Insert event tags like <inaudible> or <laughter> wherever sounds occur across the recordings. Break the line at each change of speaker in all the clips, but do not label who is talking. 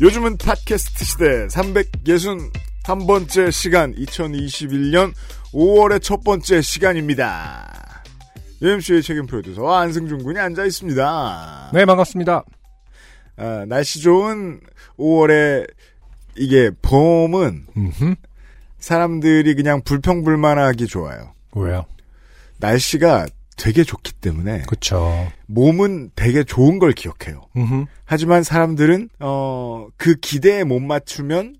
요즘은 팟캐스트 시대 361번째 시간 2021년 5월의 첫 번째 시간입니다. UMC의 책임 프로듀서 안승준 군이 앉아 있습니다.
네, 반갑습니다.
아, 날씨 좋은 5월에 이게 봄은
음흠.
사람들이 그냥 불평불만하기 좋아요.
왜요?
날씨가 되게 좋기 때문에
그쵸.
몸은 되게 좋은 걸 기억해요.
음흠.
하지만 사람들은 어, 그 기대에 못 맞추면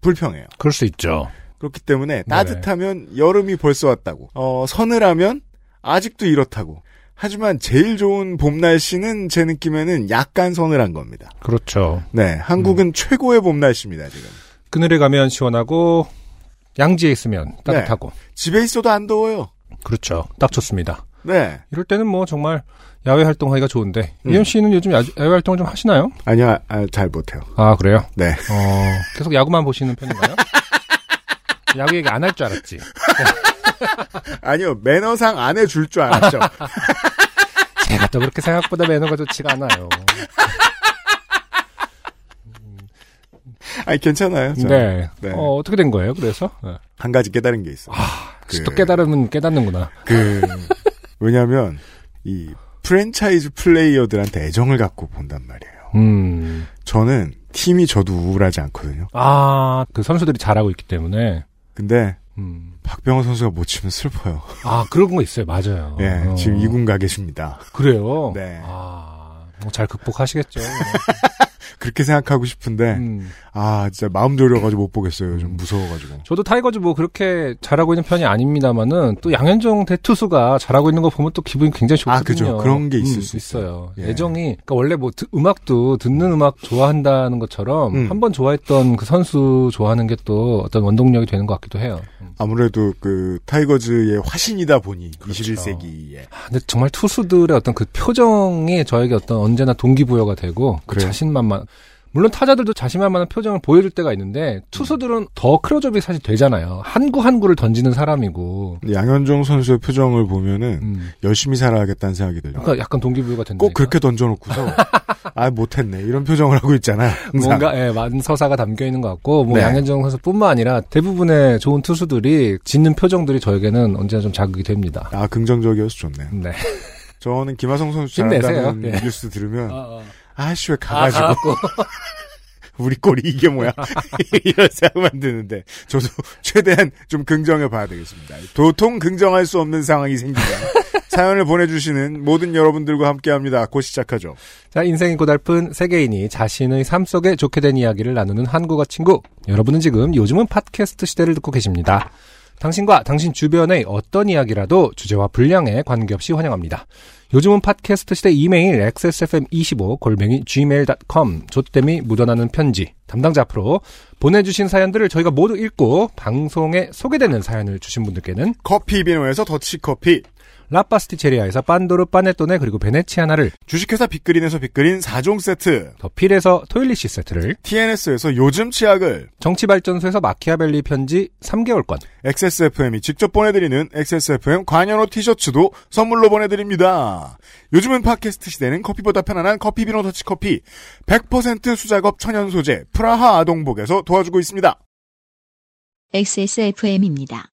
불평해요.
그럴 수 있죠.
그렇기 때문에 따뜻하면 여름이 벌써 왔다고. 어, 서늘하면 아직도 이렇다고. 하지만 제일 좋은 봄 날씨는 제 느낌에는 약간 서늘한 겁니다.
그렇죠.
네, 한국은 최고의 봄 날씨입니다, 지금.
그늘에 가면 시원하고, 양지에 있으면 따뜻하고.
집에 있어도 안 더워요.
그렇죠. 딱 좋습니다.
네.
이럴 때는 뭐 정말 야외 활동하기가 좋은데,
음.
이 m c 는 요즘 야, 야외 활동을 좀 하시나요?
아니요, 아, 잘 못해요.
아, 그래요?
네.
어, 계속 야구만 보시는 <laughs> 편인가요? 야구 얘기 안 할 줄 알았지.
아니요, 매너상 안 해줄 줄
<laughs>
알았죠.
제가 또 그렇게 생각보다 매너가 좋지가 않아요.
아니, 괜찮아요. 저는.
네.
네.
어, 어떻게 된 거예요, 그래서? 네.
한 가지 깨달은 게 있어요. 그-
아, 또 깨달으면 깨닫는구나.
그, 왜냐면, 이, 프랜차이즈 플레이어들한테 애정을 갖고 본단 말이에요.
음.
저는 팀이 저도 우울하지 않거든요.
아, 그 선수들이 잘하고 있기 때문에.
근데
음.
박병호 선수가 못 치면 슬퍼요.
아, 그런 거 있어요. 맞아요.
예,
어.
지금 이군가 계십니다.
그래요?
네.
아, 뭐잘
<laughs>
극복하시겠죠.
그렇게 생각하고 싶은데,
음.
아, 진짜 마음 졸여가지고 못 보겠어요. 요즘 무서워가지고.
저도 타이거즈 뭐 그렇게 잘하고 있는 편이 아닙니다만은 또 양현종 대투수가 잘하고 있는 거 보면 또 기분이 굉장히 좋거든요. 음,
아, 그죠. 그런 게 있을 수
있어요.
있어요. 예.
애정이 그러니까 원래 뭐 드- 음악도 듣는 음악 좋아한다는 것처럼
음.
한번 좋아했던 그 선수 좋아하는 게 또 어떤 원동력이 되는 것 같기도 해요. 음.
아무래도 그, 타이거즈의 화신이다 보니,
그렇죠.
21세기에.
아, 근데 정말 투수들의 어떤 그 표정이 저에게 어떤 언제나 동기부여가 되고 그
그래요?
자신만만 물론 타자들도 자신만만한 표정을 보여줄 때가 있는데 투수들은 더 클로즈업이 사실 되잖아요. 한 구 한 구를 던지는 사람이고.
양현종 선수의 표정을 보면은,
음.
열심히 살아야겠다는 생각이 들어요.
그러니까 약간 동기부여가 된다.
꼭 그렇게 던져놓고서
<laughs>
아 못했네 이런 표정을 하고 있잖아. 항상.
뭔가 예, 만서사가 담겨 있는 것 같고 뭐
네.
양현종 선수뿐만 아니라 대부분의 좋은 투수들이 짓는 표정들이 저에게는 언제나 좀 자극이 됩니다.
아 긍정적이어서 좋네요.
네.
저는 김하성 선수
힘내세요.
잘한다는
예.
뉴스 들으면
아,
어, 아씨 왜 가가지고 <laughs> 우리 꼴이 이게 뭐야 <laughs> 이런 생각만 드는데 저도 <laughs> 최대한 좀 긍정해 봐야 되겠습니다. 도통 긍정할 수 없는 상황이 생기면
<laughs>
사연을 보내주시는 모든 여러분들과 함께합니다. 곧 시작하죠.
자, 인생이 고달픈 세계인이 자신의 삶 속에 좋게 된 이야기를 나누는 한국어 친구. 여러분은 지금 요즘은 팟캐스트 시대를 듣고 계십니다. 당신과 당신 주변의 어떤 이야기라도 주제와 분량에 관계없이 환영합니다. 요즘은 팟캐스트 시대 이메일 xsfm25 골뱅이 gmail.com 조땜이 묻어나는 편지 담당자 앞으로 보내주신 사연들을 저희가 모두 읽고 방송에 소개되는 사연을 주신 분들께는
커피 비노에서 더치 커피,
라파스티체리아에서 빤도르 빠네토네 그리고 베네치아나를
주식회사 빅그린에서 빅그린 4종 세트,
더 필에서 토일리시 세트를
TNS에서 요즘 치약을
정치발전소에서 마키아벨리 편지 3개월권.
XSFM이 직접 보내드리는 XSFM 관여로 티셔츠도 선물로 보내드립니다. 요즘은 팟캐스트 시대는 커피보다 편안한 커피비노 더치커피 100% 수작업 천연 소재 프라하 아동복에서 도와주고 있습니다.
XSFM입니다.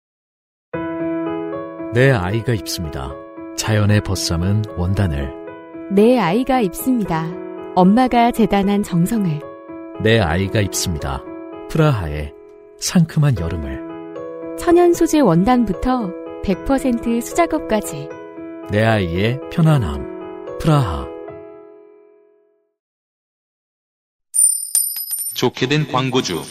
내 아이가 입습니다. 자연의 벗삼은 원단을,
내 아이가 입습니다. 엄마가 재단한 정성을
내 아이가 입습니다. 프라하의 상큼한 여름을,
천연 소재 원단부터 100% 수작업까지
내 아이의 편안함, 프라하.
좋게 된 광고주.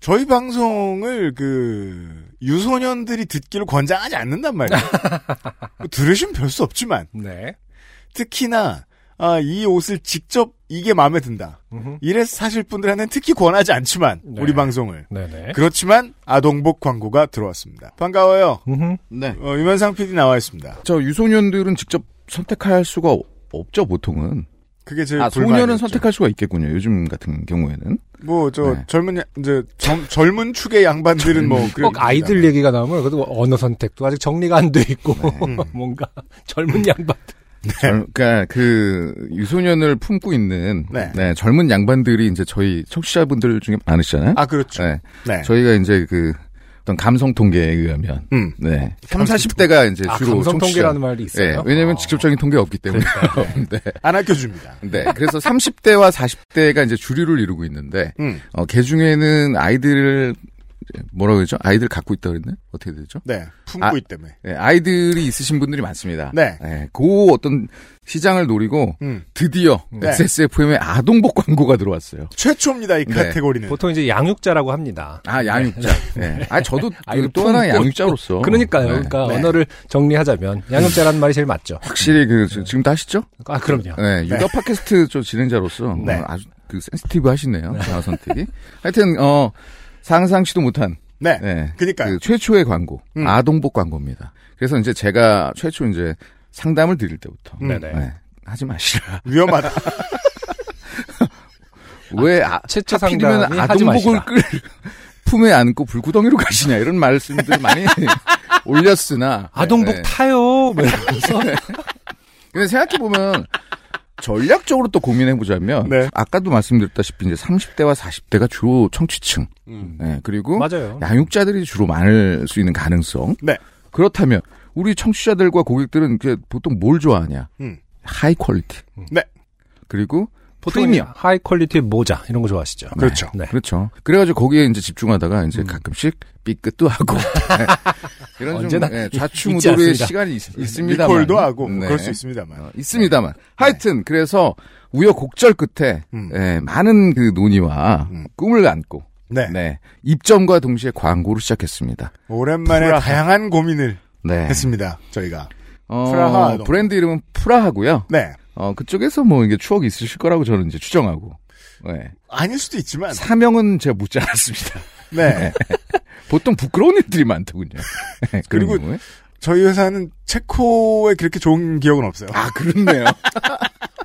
저희 방송을 그 유소년들이 듣기를 뭐 권장하지 않는단 말이에요. 들으시면 별 수 없지만
네.
특히나 아, 이 옷을 직접 이게 마음에 든다.
음흠.
이래서 사실 분들한테는 특히 권하지 않지만
네.
우리 방송을
네네.
그렇지만 아동복 광고가 들어왔습니다. 반가워요.
그, 음흠.
네.
어, 유면상 PD 나와 있습니다.
저 유소년들은 직접 선택할 수가 없- 없죠 보통은.
그게 제일
아
불만이었죠.
그렇죠.
소년은 선택할 수가 있겠군요. 요즘 같은 경우에는.
뭐저
네.
젊은 야- 이제 젊, 젊은 축의 양반들은 뭐
꼭 아이들 얘기가 나오면 그래도 뭐 언어 선택도 아직 정리가 안 돼 있고
네.
<laughs> 뭔가 젊은
음.
양반 네.
젊- 그러니까 그 유소년을 품고 있는
네.
네, 젊은 양반들이 이제 저희 청취자분들 중에 많으시잖아요.
아 그렇죠.
네.
네.
저희가 이제 그 어떤 감성 통계에 의하면
음.
네. 3,
감성
40대가 이제
아,
주로
감성 통계라는 말이
청취자. 예,
있어요. 그러니까.
왜냐면
아.
직접적인 통계가 없기 때문에. 네.
안 아껴줍니다.
네. 그래서 30대와 40대가 이제 주류를 이루고 있는데
음.
어, 걔 중에는 아이들을 뭐라 그러죠? 아이들 갖고 있다 그랬나? 어떻게 되죠?
네. 품고
아.
있다며.
예, 아이들이 있으신 분들이 많습니다.
네.
예, 그 어떤 시장을 노리고
음.
드디어
네.
XSFM의 아동복 광고가 들어왔어요.
최초입니다 이
네.
카테고리는.
보통 이제 양육자라고 합니다.
아 양육자. 예. 아 저도
아이를
그또 하나의
품고
양육자로서.
그러니까요.
네.
그러니까 언어를 정리하자면 양육자라는 말이 제일 맞죠.
확실히 그 지- 지금 도 하시죠?
아 그럼요.
네, 육아 팟캐스트 저 진행자로서
네.
어, 아주 그 센스티브 하시네요. 아 선택이. 하여튼 어 상상치도 못한
네.
네.
그니까요.
그 최초의 광고,
음.
아동복 광고입니다. 그래서 이제 제가 최초 이제 상담을 드릴 때부터
음. 아,
네네.
네, 하지 마시라. <laughs>
위험하다.
왜 아,
최초
하필이면
상담이 하지
아동복을
마시라.
끌 <laughs> 품에 안고 불구덩이로 가시냐 이런 말씀들 많이 <laughs> 올렸으나
아동복
네, 네.
타요. 뭐
<laughs>
이러면서
근데 생각해 보면 전략적으로 또 고민해 보자면
네.
아까도 말씀드렸다시피 이제 30대와 40대가 주로 청취층,
음.
네, 그리고
맞아요.
양육자들이 주로 많을 수 있는 가능성.
네.
그렇다면 우리 청취자들과 고객들은 이제 보통 뭘 좋아하냐?
음.
하이 퀄리티.
네.
그리고
보통
프리미엄.
하이 퀄리티의 모자 이런 거 좋아하시죠.
그렇죠.
네.
그렇죠. 그래가지고 거기에 이제 집중하다가 이제
음.
가끔씩
<laughs>
삐끗도 하고 네. 이런 좀
언제나
네,
잊지
좌충우돌의
않습니다.
시간이 있, 있습니다만
네. 리콜도 하고 뭐
네.
그럴 수 있습니다만. 네.
어, 있습니다만 하여튼 그래서 우여곡절 끝에
음.
예, 많은 그 논의와
음.
꿈을 안고
네.
네, 입점과 동시에 광고를 시작했습니다.
오랜만에
프라하.
다양한 고민을
네.
했습니다. 저희가.
어,
프라하.
브랜드 이름은 프라하고요.
네.
어, 그쪽에서 뭐 이게 추억이 있으실 거라고 저는 이제 추정하고. 네.
아닐 수도 있지만.
사명은 제가 묻지 않았습니다. <laughs>
네.
보통 부끄러운 일들이 많더군요. <laughs> 예, 그런
그리고-
경우에.
저희 회사는 체코에 그렇게 좋은 기억은 없어요.
아 그렇네요.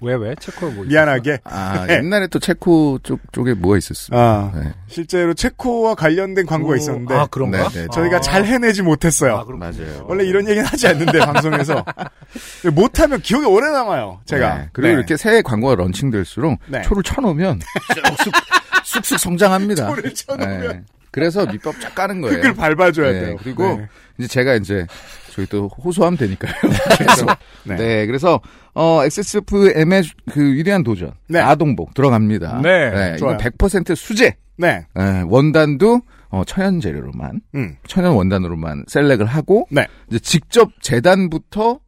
왜 왜? 체코 뭐
미안하게.
아 옛날에 또 체코 쪽 쪽에 뭐가 있었습니다.
네. 아,
네.
실제로 체코와 관련된 광고가
오,
있었는데
아 그런가?
네, 네, 네.
저희가
아.
잘 해내지 못했어요.
아, 그렇군요.
맞아요.
원래 이런 얘기는 하지
<laughs>
않는데 방송에서 못하면 기억이 오래 남아요. 제가
네, 그리고
네.
이렇게 새 광고가 런칭될수록
네. <laughs>
초를 쳐놓으면 쑥쑥, 쑥쑥 성장합니다. 예.
초를 쳐놓으면.
그래서 밑밥 쫙 까는 거예요.
흙을 밟아줘야
네,
돼요.
그리고
네.
이제 제가 이제 저희 또 호소하면 되니까요. 그래서
네.
네. 그래서 어 XSFM의 그 위대한 도전
네.
아동복 들어갑니다.
네,
이건
좋아요.
100% 수제.
네,
네, 원단도 어, 천연 재료로만
음,
천연 원단으로만 셀렉을 하고
네.
이제 직접 재단부터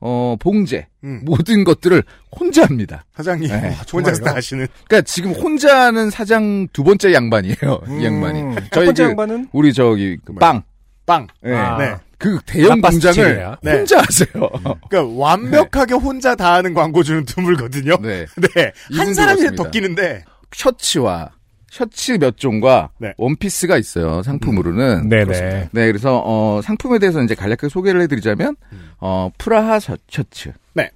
어 봉제
음.
모든 것들을 혼자 합니다.
사장님
네.
<laughs> 혼자서 다 하시는
그러니까 지금 혼자 하는 사장 두 번째 양반이에요. 이 양반이.
첫
저희
번째
그-
양반은
우리 저기 그 빵.
빵.
예.
아.
네.
그 대형
라파스티체리아.
공장을
네.
혼자 하세요.
그러니까 완벽하게 혼자 다 하는 광고주는 드물거든요.
<laughs> 네.
<laughs> 네, 한
이분도
사람이
그렇습니다.
더 끼는데
셔츠와 셔츠 몇 종과
네.
원피스가 있어요. 상품으로는.
네네.
네, 그래서 어 상품에 대해서 이제 간략하게 소개를 해드리자면 어 프라하 셔- 셔츠,
네.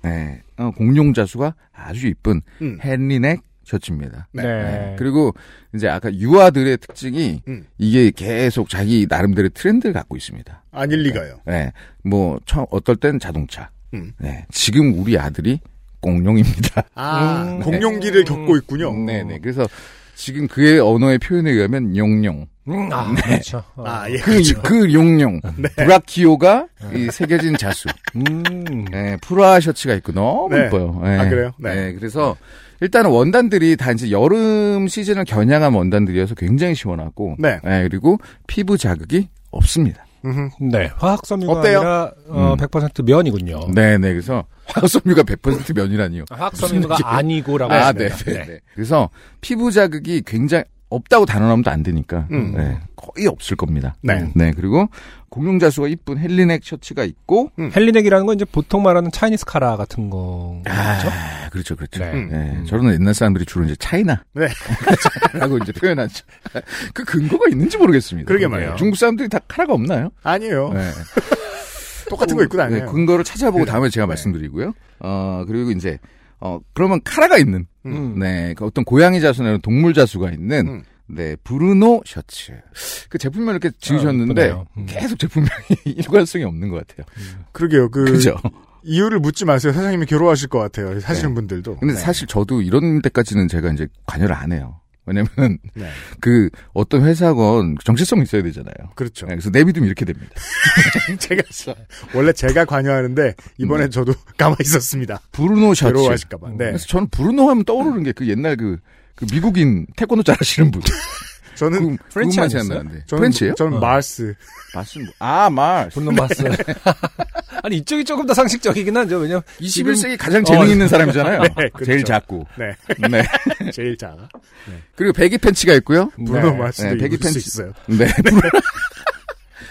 어, 공룡 자수가 아주 이쁜
음.
헨리넥 셔츠입니다.
네.
네. 그리고 이제 아까 유아들의 특징이
음.
이게 계속 자기 나름대로의 트렌드를 갖고 있습니다.
아닐 리가요.
네, 뭐 처, 어떨 땐 자동차.
음.
네, 지금 우리 아들이
<laughs>
공룡입니다.
아,
음.
공룡기를 겪고 있군요.
네, 네. 그래서 지금 그의 언어의 표현에 의하면 용룡.
음, 아 그렇죠. 어.
아, 예,
그,
그렇죠. <laughs>
그 용룡. 브라키오가 이 새겨진 자수.
음.
네, 프라 셔츠가 있고 너무
네.
예뻐요. 네.
아, 그래요? 네.
네. 그래서 일단은 원단들이 다 이제 여름 시즌을 겨냥한 원단들이어서 굉장히 시원하고. 예,
네.
그리고 피부 자극이 없습니다.
음흠.
네. 화학 섬유가
어때요?
아니라 어,
음.
100% 면이군요.
어.
네, 네. 그래서 <laughs> 화소미가 100% 면이라니요.
<laughs> 화학 섬유가 아, 아니고라고
아, 네,
했습니다.
네, 네. 그래서 피부 자극이 굉장히 없다고 단언하면 안 되니까
음.
네, 거의 없을 겁니다.
네.
그리고 공룡자수가 이쁜 헬리넥 셔츠가 있고
헬리넥이라는 건 이제 보통 말하는 차이니스 카라 같은 거. 그렇죠?
아, 그렇죠, 그렇죠.
네.
네,
음.
저런 옛날 사람들이 주로 이제 차이나라고 <laughs>
네.
이제 표현하죠. <laughs> 그 근거가 있는지 모르겠습니다. 네.
그러게 말이에요.
중국 사람들이 다 카라가 없나요?
아니에요.
네.
<laughs> 똑같은 거 입고 다녀요.
근거를 찾아보고
그래.
다음에 제가
네.
말씀드리고요. 어, 그리고 이제, 어, 그러면 카라가 있는,
음.
네, 그 어떤 고양이 자수나 동물 자수가 있는,
음.
네, 브루노 셔츠. 그 제품명 이렇게 지으셨는데,
예쁘네요. 음.
계속 제품명이 <laughs> 일관성이 없는 것 같아요.
그러게요. 그
그죠?
이유를 묻지 마세요. 사장님이 괴로워하실 것 같아요. 사시는 분들도.
근데
네.
사실 저도 이런 데까지는 제가 이제 관여를 안 해요. 왜냐면,
네.
그, 어떤 회사건 그 정체성이 있어야 되잖아요.
그렇죠.
네, 그래서 내비두면 이렇게 됩니다.
<laughs> 제가 원래 제가 관여하는데 이번에
네.
저도 <laughs> 가만히 있었습니다.
브루노 셔츠.
괴로워하실까봐. 네.
그래서 저는 브루노 하면 떠오르는 게 그 옛날 그, 그 미국인 태권도 잘하시는 <laughs> 분.
저는
그,
프렌치
그분만
아니었어요?
생각나는데.
저는
프렌치예요?
저는
어.
<laughs>
마스.
마스 뭐- 아, 말.
분노 봤어요. <laughs> 아니 이쪽이 조금 더 상식적이긴 한데 왜냐면
21세기 가장 재능 있는 사람이잖아요.
네, 그렇죠.
제일 작고.
네.
<laughs> 네.
제일 작아.
그리고 배기 팬츠가 있고요.
브루노 마스도
네, 배기
입을 수
팬츠.
있어요.
네.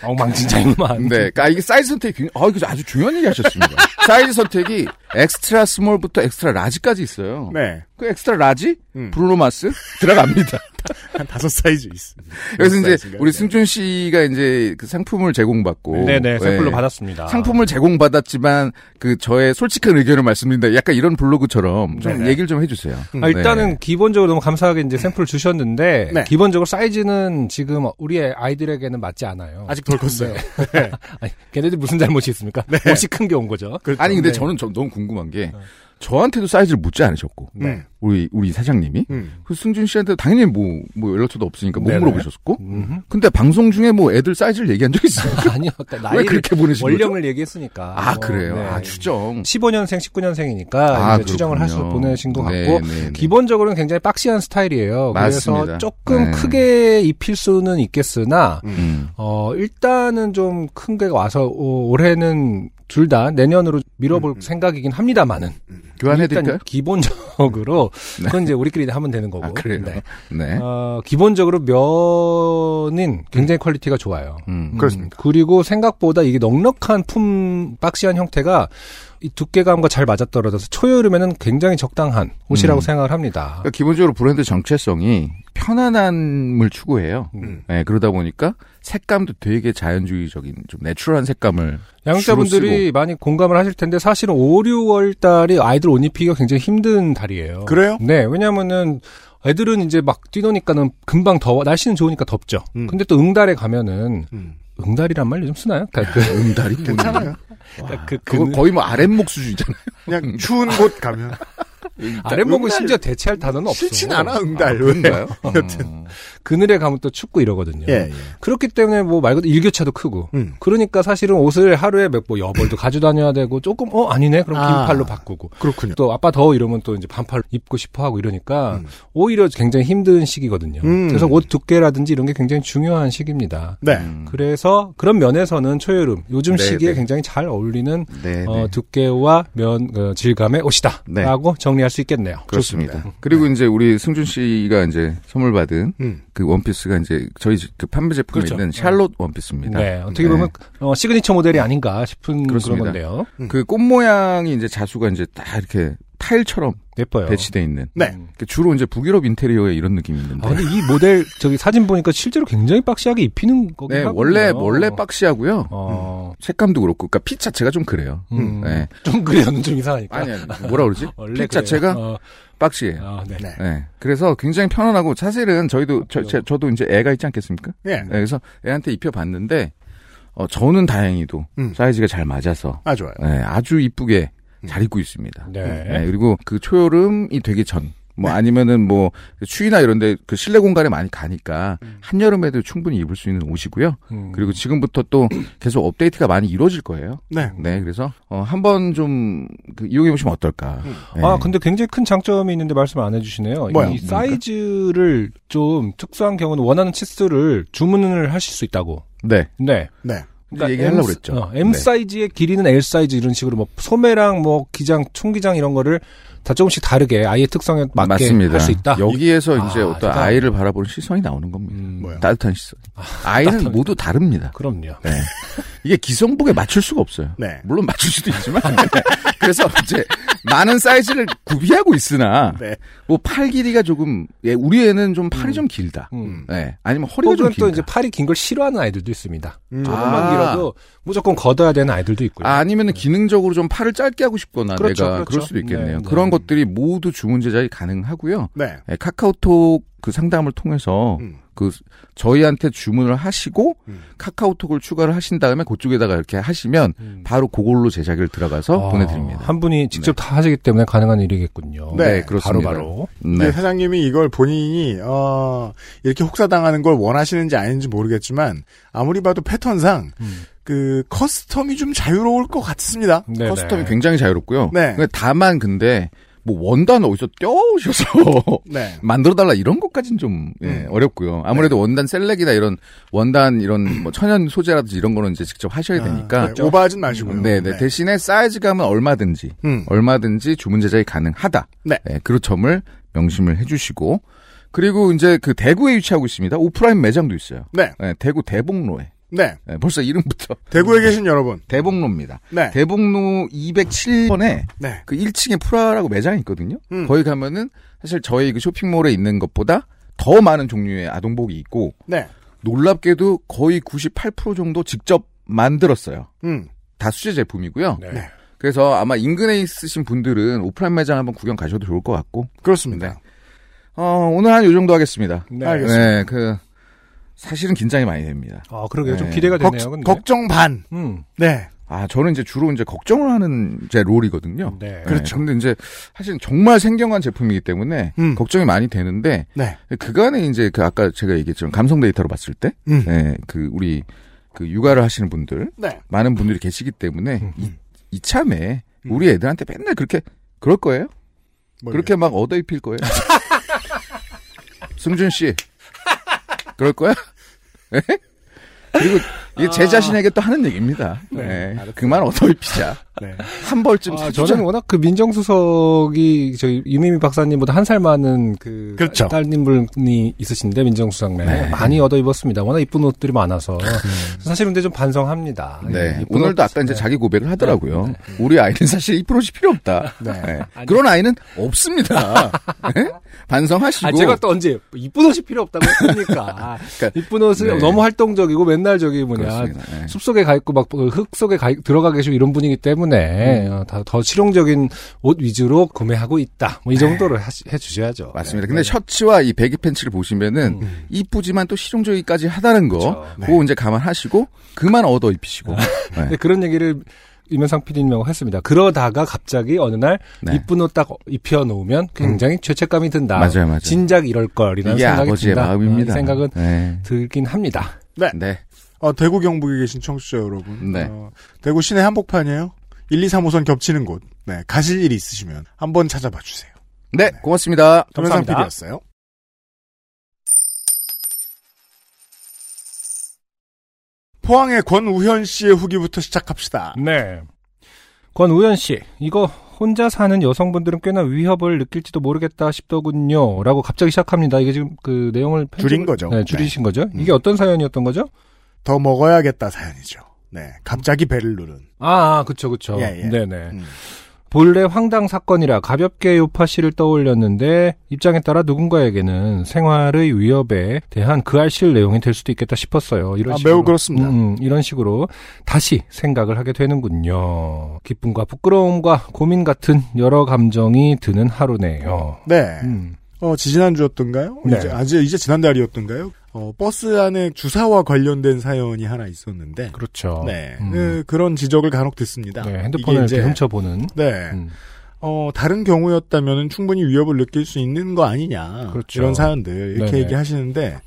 엉망진창이만.
네. 그러니까 이게 사이즈 선택이 굉장히, 아, 이거 아주 중요한 얘기
<laughs>
하셨습니다. 사이즈 선택이 엑스트라 스몰부터 엑스트라 라지까지 있어요.
네.
그 엑스트라 라지?
음.
브루노 마스? <laughs> 들어갑니다.
한 다섯 사이즈 있습니다.
그래서
다섯
이제
사이즈인가요?
우리
네.
승준 씨가 이제 그 상품을 제공받고
네네 샘플로
네.
받았습니다.
상품을 제공받았지만 그 저의 솔직한 의견을 말씀드린다. 약간 이런 블로그처럼 좀
네네. 음.
얘기를 좀 해주세요. 네.
아, 일단은 기본적으로 너무 감사하게 이제 샘플을 주셨는데
네.
기본적으로 사이즈는 지금 우리의 아이들에게는 맞지 않아요.
아직 덜 컸어요.
네.
<laughs> 아니, 걔네들 무슨 잘못이 있습니까? 옷이 큰 게 온 거죠.
그렇죠.
아니 근데
네. 어.
저는 좀 너무 궁금한 게 저한테도 사이즈를 묻지 않으셨고
음.
네.
우리 우리 사장님이
음.
그 승준 씨한테 당연히 뭐 뭐 연락처도 없으니까 못
네네.
물어보셨고
음.
근데 방송 중에 뭐 애들 사이즈를 얘기한
<laughs>
적 있어요?
아니요.
왜
나이
그렇게 보내신 거죠?
원령을 얘기했으니까.
아
뭐,
그래요.
네.
아 추정.
15년생, 19년생이니까
아,
추정을
그렇군요.
하셔서 보내신 것
네,
같고
네, 네.
기본적으로는 굉장히 박시한 스타일이에요.
맞습니다.
그래서 조금
네.
크게 입힐 수는 있겠으나
음.
어 일단은 좀 큰 게 와서 오- 올해는 둘 다 내년으로 밀어볼 생각이긴 합니다만은
음, 교환해드릴까요? 네.
일단 기본적으로 그건 이제 우리끼리 하면 되는 거고.
아 그래요.
네.
네.
어, 기본적으로 면은 굉장히 퀄리티가 좋아요.
음.
음,
그렇습니다.
그리고 생각보다 이게 넉넉한 품 박시한 형태가 이 두께감과 잘 맞아떨어져서 초여름에는 굉장히 적당한 옷이라고
음.
생각을 합니다.
그러니까 기본적으로 브랜드 정체성이 편안함을 추구해요.
음.
예, 그러다 보니까 색감도 되게 자연주의적인 좀 내추럴한 색감을 주로
양육자분들이 많이 공감을 하실 텐데 사실은 5, 6월 달이 아이들 옷 입히기가 굉장히 힘든
어.
달이에요.
그래요?
네, 왜냐면은 애들은 이제 막 뛰노니까는 금방 더워, 날씨는 좋으니까 덥죠.
음.
근데 또 응달에 가면은
음.
응달이란 말 요즘 쓰나요? 그러니까 그,
음다리
괜찮아요.
그러니까 그,
그거
그
거의 뭐 아랫목 수준이잖아요.
그냥 추운 곳
<laughs>
가면
아랫목은 심지어 대체할 단어는 없어.
그러니까 싫진 않아 응달. <laughs> 왜? 여튼.
그늘에 가면 또 춥고 이러거든요.
예, 예.
그렇기 때문에 뭐 말 그대로 일교차도 크고.
음.
그러니까 사실은 옷을 하루에 몇 뭐 여벌도 <laughs> 가지고 다녀야 되고 조금 어 아니네 그럼 긴
아.
팔로 바꾸고
그렇군요.
또 아빠 더워 이러면 또 이제 반팔 입고 싶어 하고 이러니까
음.
오히려 굉장히 힘든 시기거든요.
음.
그래서 옷 두께라든지 이런 게 굉장히 중요한 시기입니다.
네.
그래서 그런 면에서는 초여름 요즘
네,
시기에
네.
굉장히 잘 어울리는
네,
어, 두께와 면 어, 질감의
네.
옷이다라고 정리할 수 있겠네요.
그렇습니다. 그리고
네.
이제 우리 승준 씨가 이제 선물 받은
음.
그 원피스가 이제 저희 집 그 판매 제품에
그렇죠.
있는 샬롯 원피스입니다.
네, 어떻게 보면 어, 시그니처 모델이 아닌가 싶은 그런
그렇습니다.
건데요.
그 꽃 모양이 이제 자수가 이제 다 이렇게 타일처럼
예뻐요. 음.
배치돼 있는.
네.
그 주로 이제 북유럽 인테리어에 이런 느낌이 있는데.
아, 근데 이 모델 저기 사진 보니까 실제로 굉장히 박시하게 입히는 거긴
네,
하군요.
원래 원래 박시하고요.
어,
색감도 그렇고, 그러니까 핏 자체가 좀 그래요.
음,
네.
좀 그려는 좀 이상하니까.
아니, 아니 뭐라 그러지?
<laughs> 원래 그래요.
핏 자체가
어,
박시예요.
아, 네.
네.
네. 그래서 굉장히 편안하고 사실은 저희도 저, 제- 저도 이제 애가 있지 않겠습니까?
예.
네, 그래서 애한테 입혀봤는데 어, 저는 다행히도
음.
사이즈가 잘 맞아서
아 좋아요.
네, 아주 이쁘게 잘 입고 있습니다.
네.
네, 그리고 그 초여름이 되기 전. 뭐 아니면은 뭐 추위나 이런데 그 실내 공간에 많이 가니까 한 여름에도 충분히 입을 수 있는 옷이고요.
음.
그리고 지금부터
<clears throat>
또 계속 업데이트가 많이 이루어질 거예요.
네.
네,
음.
그래서 어, 한번 좀그 이용해 보시면 어떨까. 네.
아, 근데 굉장히 큰 장점이 있는데 말씀 안 해주시네요.
뭐요?
이
그러니까?
사이즈를 좀 특수한 경우는 원하는 치수를 주문을 하실 수 있다고.
네.
네.
네.
얘기하려고
M-
그랬죠.
어, M
네.
사이즈의 길이는 L 사이즈 이런 식으로 뭐 소매랑 뭐 기장, 총기장 이런 거를 다 조금씩 다르게 아이의 특성에 맞게
맞습니다.
할 수 있다.
여기에서
아,
이제 어떤
대단하다.
아이를 바라보는 시선이 나오는 겁니다.
음,
뭐야?
따뜻한 시선. 아이는
따뜻하게.
모두 다릅니다.
그럼요. 음.
네. 이게 기성복에 맞출 수가 없어요.
네.
물론 맞출 수도 있지만. <laughs> 그래서 이제 많은 사이즈를 구비하고 있으나
네.
뭐 팔 길이가 조금 예, 우리 애는 좀 팔이 좀 길다.
음.
네. 아니면 허리가 좀
혹은 또
길다.
이제 팔이 긴 걸 싫어하는 아이들도 있습니다.
음.
조금만
아.
길어도 무조건 걷어야 되는 아이들도 있고요.
아, 아니면은 기능적으로 좀 팔을 짧게 하고 싶거나
그렇죠,
내가
그렇죠.
그럴 수도 있겠네요.
네, 네.
그런 것들이 모두 주문 제작이 가능하고요.
네.
예, 카카오톡 그 상담을 통해서
음.
그 저희한테 주문을 하시고
음.
카카오톡을 추가를 하신 다음에 그쪽에다가 이렇게 하시면
음.
바로 그걸로 제작을 들어가서
아,
보내드립니다. 네.
한 분이 직접 다 하시기 때문에 가능한 일이겠군요.
네,
그렇습니다.
바로바로.
네.
이 사장님이 이걸 본인이 어, 이렇게 혹사당하는 걸 원하시는지 아닌지 모르겠지만 아무리 봐도 패턴상
음.
그 커스텀이 좀 자유로울 것 같습니다.
네,
커스텀이
네.
굉장히 자유롭고요.
네.
근데 다만 근데 뭐 원단 어디서 떼어오셔서 <laughs>
네.
만들어달라 이런 것까지는 좀 예,
음.
어렵고요. 아무래도 원단 셀렉이나 이런 원단 이런 뭐 천연 소재라든지 이런 거는 이제 직접 하셔야 되니까
네, 오버하진 마시고요.
그렇죠. 네, 네. 대신에 사이즈감은 얼마든지,
음.
얼마든지 주문 제작이 가능하다. 예,
네.
그런 점을 명심을 해주시고, 그리고 이제 그 대구에 위치하고 있습니다. 오프라인 매장도 있어요.
네.
네, 대구 대봉로에.
네.
네, 벌써 이름부터 <laughs>
대구에 계신 여러분.
대봉로입니다.
네.
대봉로 207번에
네.
그 1층에 프라라고 매장이 있거든요.
음.
거기 가면은 사실 저희 그 쇼핑몰에 있는 것보다 더 많은 종류의 아동복이 있고
네.
놀랍게도 거의 98% 정도 직접 만들었어요.
음.
다 수제 제품이고요.
네.
네.
그래서 아마 인근에 있으신 분들은 오프라인 매장 한번 구경 가셔도 좋을 것 같고.
그렇습니다.
어, 오늘 한 요 정도 하겠습니다.
네.
알겠습니다.
네, 그 사실은 긴장이 많이 됩니다.
아, 그러게요. 좀
네.
기대가
걱,
되네요. 근데.
걱정 반.
음.
네.
아, 저는 이제 주로 이제 걱정을 하는 제
음.
롤이거든요.
네.
그렇죠. 근데 이제 사실 정말 생경한 제품이기 때문에
음.
걱정이 많이 되는데
네.
그간에 이제 그 아까 제가 얘기했지만 감성 데이터로 봤을 때,
음.
네, 그 우리 그 육아를 하시는 분들
네.
많은 분들이 계시기 때문에 이, 이참에 우리 애들한테 맨날 그렇게 그럴 거예요. 그렇게 막 얻어 입힐 거예요. 승준 씨. 그럴 거야? 예? 그리고 이게 제 자신에게 또 하는 얘기입니다. 예. 그만 얻어 입히자.
네.
한 벌쯤
아,
사주자.
저는 워낙 그 민정수석이 저희 유미미 박사님보다 한 살 많은 그
그렇죠.
딸님 분이 있으신데 민정수석네
네. 음.
많이 얻어 입었습니다. 워낙 이쁜 옷들이 많아서 사실 근데 좀 반성합니다. 예,
네.
아, 이쁜
오늘도
옷-
아까
네.
이제
네.
자기 고백을 하더라고요. 우리 아이는 사실 이쁜 옷이 필요 없다. 예. 그런 아이는
<laughs>
없습니다. 예? 반성하시고.
아, 제가 또 언제 이쁜 옷이 필요 없다고 했습니까?
<laughs> 그러니까-
아, 이쁜 옷을
네.
너무 활동적이고 맨날 저기 뭐냐
그렇습니다. 예.
숲속에 가 있고 막그 흙 속에 가 있- 들어가 계시고 이런 분이기 때문에
음.
어, 다 더 실용적인 옷 위주로 구매하고 있다. 뭐 이 정도로 하시- 해주셔야죠.
네.
네.
맞습니다. 근데 셔츠와 이 배기 팬츠를 보시면은 이쁘지만 또 실용적이까지 하다는 거,
음. 그쵸. 네. 아,
그거 이제 감안하시고 그만 얻어 입히시고. 네.
근데 그런 얘기를 이면상 PD님하고 했습니다. 그러다가 갑자기 어느 날
네. 음.
이쁜 옷 딱 입혀 놓으면 굉장히 죄책감이 든다.
맞아요, 맞아요.
진작 이럴 걸이라는
이게
생각이
아버지의
든다.
마음입니다.
이 생각은
네.
들긴 합니다.
네.
어, 대구 경북에 계신 청취자 여러분.
네.
어, 대구 시내 한복판이에요. 1, 2, 3호선 겹치는 곳. 네. 가실 일이 있으시면 한번 찾아봐 주세요.
네, 고맙습니다.
김현상
감사합니다.
PD였어요. 포항의 권우현 씨의 후기부터 시작합시다.
아.
네. 권우현 씨, 이거 혼자 사는 여성분들은 꽤나 위협을 느낄지도 모르겠다 싶더군요. 라고 갑자기 시작합니다. 이게 지금 그 내용을 편집을-
줄인 거죠. 네.
네, 줄이신 거죠.
음.
이게 어떤 사연이었던 거죠?
더 먹어야겠다 사연이죠. 네. 갑자기 배를 누른.
아, 아, 그쵸, 그쵸.
예, 예.
네네.
음.
본래 황당 사건이라 가볍게 요파 씨를 떠올렸는데 입장에 따라 누군가에게는 생활의 위협에 대한 그 알실 내용이 될 수도 있겠다 싶었어요. 이런
아,
식으로.
매우 그렇습니다.
음, 이런 식으로 다시 생각을 하게 되는군요. 기쁨과 부끄러움과 고민 같은 여러 감정이 드는 하루네요.
네.
음.
어, 지지난주였던가요?
네.
이제, 아, 이제, 이제 지난달이었던가요? 어, 버스 안에 주사와 관련된 사연이 하나 있었는데.
그렇죠.
네.
음.
네, 그런 지적을 간혹 듣습니다.
네, 핸드폰을
이게 이제-
이렇게 훔쳐보는.
네.
음.
어, 다른 경우였다면 충분히 위협을 느낄 수 있는 거 아니냐.
그렇죠.
이런 사연들 이렇게
네네.
얘기하시는데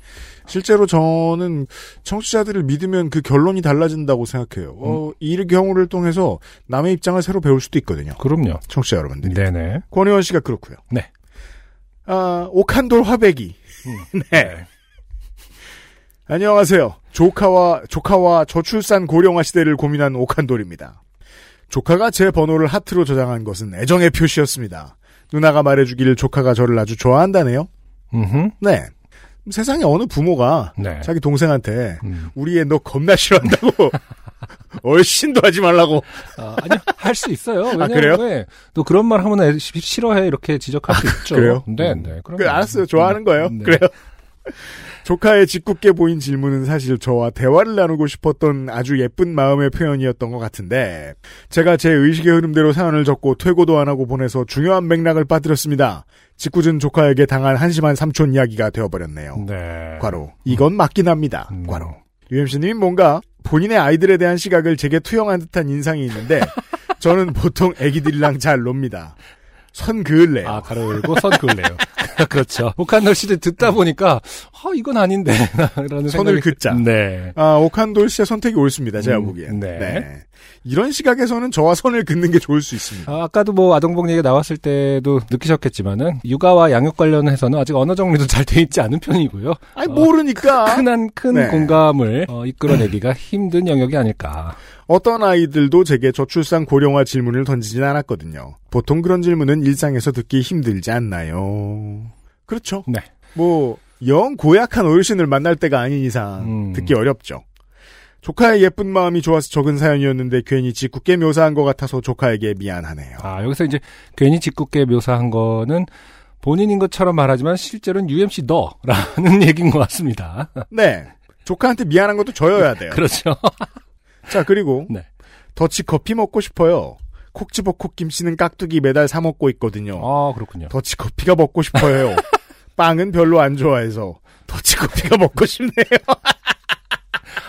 실제로 저는 청취자들을 믿으면 그 결론이 달라진다고 생각해요.
음.
어, 이 경우를 통해서 남의 입장을 새로 배울 수도 있거든요.
그럼요.
청취자 여러분들이.
네네.
권혜원 씨가 그렇고요.
네. 음.
<laughs> 아, 옥한돌 화백이. 네. 안녕하세요. 조카와 조카와 저출산 고령화 시대를 고민한 오칸돌입니다. 조카가 제 번호를 하트로 저장한 것은 애정의 표시였습니다. 누나가 말해주길 조카가 저를 아주 좋아한다네요.
음흠.
네. 세상에 어느 부모가
네.
자기 동생한테
음.
우리 애 너 겁나
<laughs>
싫어한다고 얼씬도 하지 말라고
아, 아니요, 할 수 있어요. 왜냐면,
그래요?
네, 또 그런 말 하면 애 시- 싫어해, 이렇게 지적할 수 있죠.
아, 그래요?
네, 네. 그럼
그 알았어요. 좋아하는 거예요.
네.
그래요. 조카의 짓궂게 보인 질문은 사실 저와 대화를 나누고 싶었던 아주 예쁜 마음의 표현이었던 것 같은데 제가 제 의식의 흐름대로 사연을 적고 퇴고도 안 하고 보내서 중요한 맥락을 빠뜨렸습니다. 짓궂은 조카에게 당한 한심한 삼촌 이야기가 되어버렸네요.
네.
과로 이건 맞긴 합니다.
음.
과로 UMC님 뭔가 본인의 아이들에 대한 시각을 제게 투영한 듯한 인상이
<laughs>
있는데 저는 보통 애기들이랑 잘 놉니다. 선 그을래요.
아, 가로 열고 선 그을래요. <laughs> 그렇죠. 북한널 씨를 듣다 보니까, 아, 이건 아닌데. <laughs> 라는
선을
생각이-
긋자.
네.
아, 오칸돌 씨의 선택이 옳습니다. 제가
음,
보기엔.
네.
이런 시각에서는 저와 선을 긋는 게 좋을 수 있습니다.
아, 아까도 뭐 아동복 얘기 나왔을 때도 느끼셨겠지만은, 육아와 양육 관련해서는 아직 언어 정리도 잘 돼 있지 않은 편이고요. <laughs>
아니, 모르니까.
흔한 큰
네.
공감을 어, 이끌어내기가 힘든 영역이 아닐까.
어떤 아이들도 제게 저출산 고령화 질문을 던지진 않았거든요. 보통 그런 질문은 일상에서 듣기 힘들지 않나요? 그렇죠.
네.
뭐, 영 고약한 어르신을 만날 때가 아닌 이상
음.
듣기 어렵죠. 조카의 예쁜 마음이 좋아서 적은 사연이었는데 괜히 짓궂게 묘사한 것 같아서 조카에게
<laughs>
미안하네요.
아, 여기서 이제 괜히 짓궂게 묘사한 거는 본인인 것처럼 말하지만 실제로는 UMC 너라는 <laughs> 얘기인 것 같습니다.
네. 조카한테 미안한 것도 저여야 돼요.
그렇죠.
자, 그리고
네.
더치 커피 먹고 싶어요. 콕집어 콕김치는 깍두기 매달 사 먹고 있거든요.
아, 그렇군요.
더치 커피가
<laughs>
먹고 싶어요. 빵은 별로 안 좋아해서 더치 커피가 <laughs> 먹고 싶네요.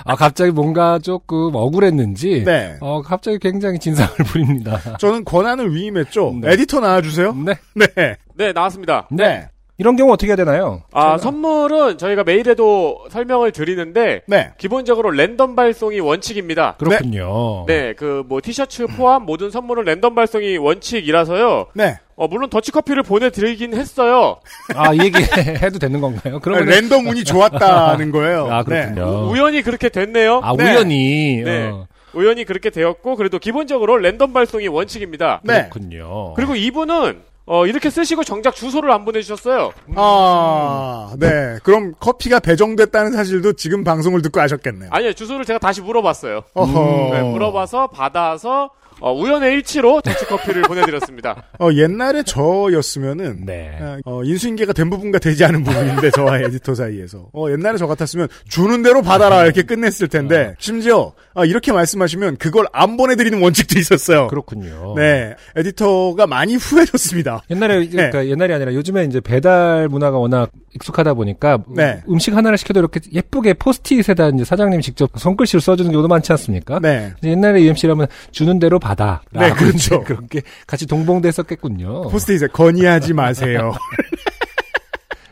아, 갑자기 뭔가 조금 억울했는지.
네.
어, 갑자기 굉장히 진상을 <laughs> 부립니다.
저는 권한을 위임했죠.
아. 네.
에디터 나와주세요.
네.
네.
네, 나왔습니다.
네.
이런 경우 어떻게 해야 되나요?
아, 선물은 저희가 메일에도 설명을 드리는데,
네.
기본적으로 랜덤 발송이 원칙입니다.
그렇군요.
네, 그 뭐 티셔츠
<laughs>
포함 모든 선물은 랜덤 발송이 원칙이라서요.
네.
어, 물론 더치커피를 보내드리긴 했어요.
아, 이 얘기 <laughs> 해도 되는 건가요? 그러면
아, 랜덤
<laughs>
운이 좋았다는 거예요.
아,
네.
그렇군요.
아, 우연히 그렇게 됐네요.
아,
네.
우연히.
네.
어,
우연히 그렇게 되었고, 그래도 기본적으로 랜덤 발송이 원칙입니다.
네.
그렇군요.
그리고 이분은 어, 이렇게 쓰시고 정작 주소를 안 보내주셨어요.
아, 네. 그럼 커피가 배정됐다는 사실도 지금 방송을 듣고 아셨겠네요.
아니요, 주소를 제가 다시 물어봤어요.
음,
어허.
네, 물어봐서 받아서 어, 우연의 일치로 더치커피를 <laughs> 보내드렸습니다.
어, 옛날에 저였으면은
네.
아, 어, 인수인계가 된 부분과 되지
<laughs>
않은 부분인데 저와 에디터 사이에서 어, 옛날에 저 같았으면 주는 대로 받아라 이렇게 끝냈을 텐데 심지어 아, 이렇게 말씀하시면 그걸 안 보내드리는 원칙도 있었어요.
그렇군요.
네, 에디터가 많이 후회졌습니다.
옛날에 이제
네.
그러니까 옛날이 아니라 요즘에 이제 배달 문화가 워낙 익숙하다 보니까
네.
음- 음식 하나를 시켜도 이렇게 예쁘게 포스트잇에다 이제 사장님 직접 손글씨로 써주는 경우도 많지 않습니까?
네,
이제 옛날에 UMC라면 주는 대로 받아.
네, 그렇죠.
그렇게 같이 동봉됐었겠군요.
포스트잇에
<laughs>
건의하지 마세요.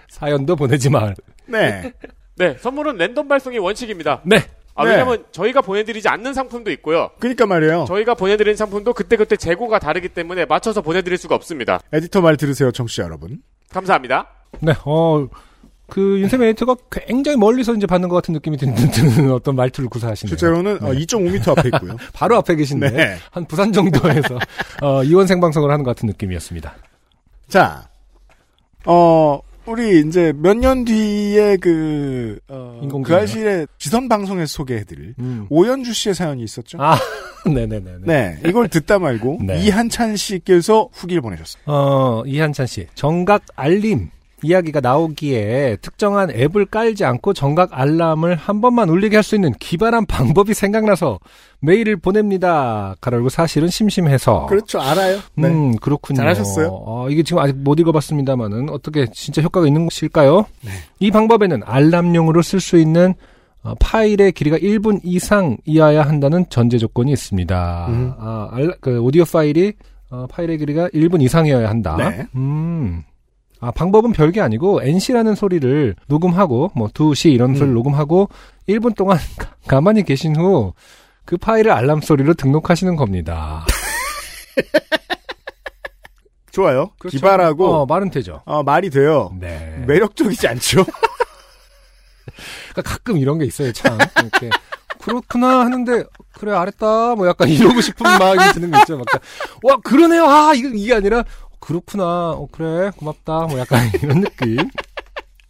사연도 보내지 말.
네,
네, 선물은 랜덤 발송이 원칙입니다.
네.
아,
네.
왜냐면 저희가 보내드리지 않는 상품도 있고요.
그러니까 말이에요.
저희가 보내드린 상품도 그때그때 재고가 다르기 때문에 맞춰서 보내드릴 수가 없습니다.
에디터 말 들으세요, 청취자 여러분.
감사합니다.
네. 어. 그 윤세민 에이터가 굉장히 멀리서 이제 받는 것 같은 느낌이 드는, 드는 어떤 말투를 구사하시네요.
실제로는 어, 2.5m 앞에
<laughs>
있고요.
바로 앞에 계신데
네.
한 부산
<laughs>
정도에서 어, 이원 생방송을 하는 것 같은 느낌이었습니다.
자, 어, 우리 이제 몇 년 뒤에 그, 어, 그
인공지능.
아실의 지선 방송에서 소개해드릴
음.
오연주 씨의 사연이 있었죠.
아, <laughs> 네네네.
네, 이걸 듣다 말고
<laughs> 네.
이한찬 씨께서 후기를 보내셨어요.
어, 이한찬 씨. 정각 알림 이야기가 나오기에 특정한 앱을 깔지 않고 정각 알람을 한 번만 울리게 할 수 있는 기발한 방법이 생각나서 메일을 보냅니다. 가로고 사실은 심심해서.
그렇죠, 알아요. 네.
음, 그렇군요.
잘하셨어요.
어, 이게 지금 아직 못 읽어봤습니다만은 어떻게 진짜 효과가 있는 것일까요?
네.
이 방법에는 알람용으로 쓸 수 있는 어, 파일의 길이가 1분 이상 이하야 한다는 전제 조건이 있습니다.
음.
아, 알- 그 오디오 파일이 어, 파일의 길이가 1분 이상이어야 한다.
네.
음. 아, 방법은 별게 아니고 NC라는 소리를 녹음하고 뭐 2시 이런 소리를 녹음하고 1분 동안 <laughs> 가- 가만히 계신 후 그 파일을 알람 소리로 등록하시는 겁니다.
좋아요.
그렇죠.
기발하고,
어, 네.
어,
말은 되죠.
말이 돼요.
네.
매력적이지 않죠?
그러니까 가끔 이런 게 있어요, 참. 이렇게 그렇구나 하는데 그래 알았다 뭐 약간 이러고
<laughs>
싶은 마음이 드는 거 있죠. 막 약간, 와 그러네요. 아 이게 이게 아니라 어, 그렇구나. 어 그래 고맙다. 뭐 약간 이런 느낌.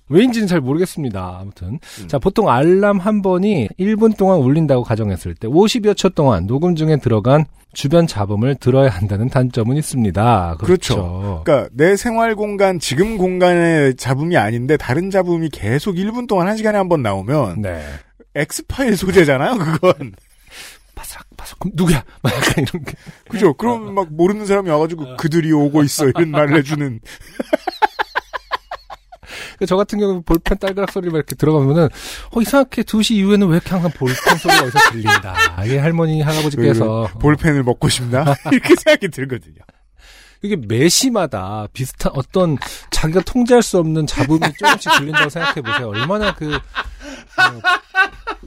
왜인지는 잘 모르겠습니다. 아무튼.
음.
자, 보통 알람 한 번이 1분 동안 울린다고 가정했을 때 50여 초 동안 녹음 중에 들어간 주변 잡음을 들어야 한다는 단점은 있습니다.
그렇죠.
그렇죠.
그러니까 내 생활 공간 지금 공간의 잡음이 아닌데 다른 잡음이 계속 1분 동안 1시간에 한 번 나오면
네.
엑스파일 소재잖아요, 그건.
<laughs> 바삭 바삭 그럼 누구야? 막 약간 이런 게.
그죠? 그럼 막 모르는 사람이 와가지고 그들이 오고 있어 이런 말을
<laughs>
해주는
그저 같은 경우 볼펜 딸그락 소리 막 이렇게 들어가면은 어 이상하게 2시 이후에는 왜 이렇게 항상 볼펜 소리가 어디서 들린다. 이게 할머니 할아버지께서
그 볼펜을 먹고 싶나 <laughs> 이렇게 생각이 들거든요.
이게 매시마다 비슷한 어떤 자기가 통제할 수 없는 잡음이 조금씩 들린다고 생각해 보세요. 얼마나 그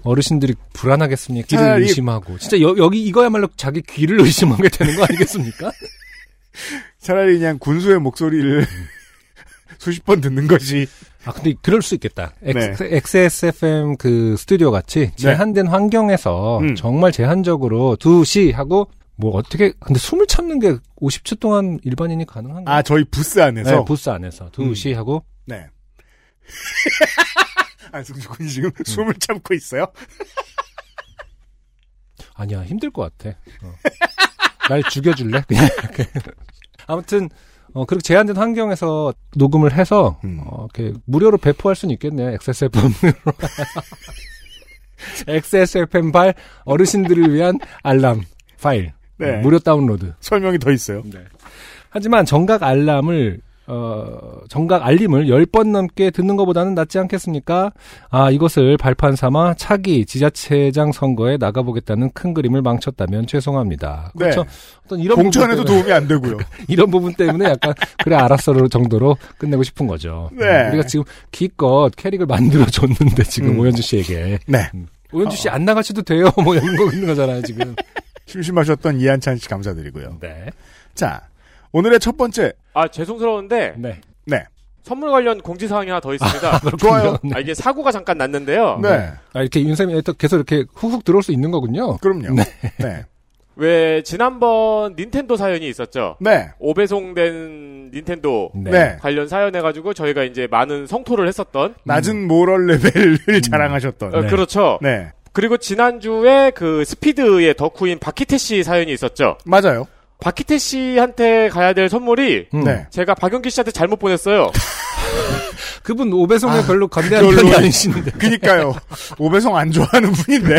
어, 르신들이 불안하겠습니까? 귀를
차라리-
의심하고 진짜 여, 여기 이거야말로 자기 귀를 의심하게 되는 거 아니겠습니까?
차라리 그냥 군수의 목소리를 <laughs> 수십 번 듣는 것이
아 근데 들을 수 있겠다.
네.
X, XSFM 그 스튜디오 같이 제한된 환경에서
음.
정말 제한적으로 2시 하고 뭐 어떻게 근데 숨을 참는 게 50초 동안 일반인이 가능한가?
아 저희 부스 안에서
네, 부스 안에서 2시 하고
네. <laughs> 아, 안승준 군이 지금
음.
숨을 참고 있어요.
아니야 힘들 것 같아. 어. 날
<laughs>
죽여줄래?
예.
그냥 이렇게. 아무튼 어, 그렇게 제한된 환경에서 녹음을 해서
음.
어, 이렇게 무료로 배포할 수는 있겠네요.
<laughs>
XSFM으로. XSFM 발 어르신들을 위한 알람 파일
네.
어, 무료 다운로드.
설명이 더 있어요.
네. 하지만 정각 알람을 어, 정각 알림을 10번 넘게 듣는 것보다는 낫지 않겠습니까? 아, 이것을 발판 삼아 차기 지자체장 선거에 나가보겠다는 큰 그림을 망쳤다면 죄송합니다. 그렇죠.
네.
어떤 이런 부분
공천에도
때문에,
도움이 안
음.
되고요.
이런 부분 때문에 약간 그래 알았어로 정도로 끝내고 싶은 거죠. 음,
네.
우리가 지금 기껏 캐릭을 만들어 줬는데 지금
음.
오현주 씨에게
네.
오현주 씨 안 나가셔도 돼요. <laughs> 뭐 이런 거 있는 거잖아요, 지금.
심심하셨던 이한찬 씨 감사드리고요.
네.
자, 오늘의 첫 번째.
아 죄송스러운데
네.
네.
선물 관련 공지 사항이 하나
<laughs>
더 있습니다.
좋아요.
아 이게 사고가 잠깐 났는데요.
네.
아, 이렇게 윤쌤이 계속 이렇게 훅훅 들어올 수 있는 거군요.
그럼요. 네. 네.
왜 지난번 닌텐도 사연이 있었죠?
네.
오배송된 닌텐도
네.
음.
관련 사연 해가지고 저희가 이제 많은 성토를 했었던
낮은 모럴 레벨을
음.
자랑하셨던.
어, 그렇죠.
네.
그리고 지난주에 그 스피드의 덕후인 박희태 씨 사연이 있었죠.
맞아요.
박희태 씨한테 가야 될 선물이
음.
네.
제가 박영기 씨한테 잘못
<laughs>
보냈어요.
그분
아,
오배송에 별로 관대한
별로.
편이 아니신데
그니까요. 오배송 안 좋아하는 분인데.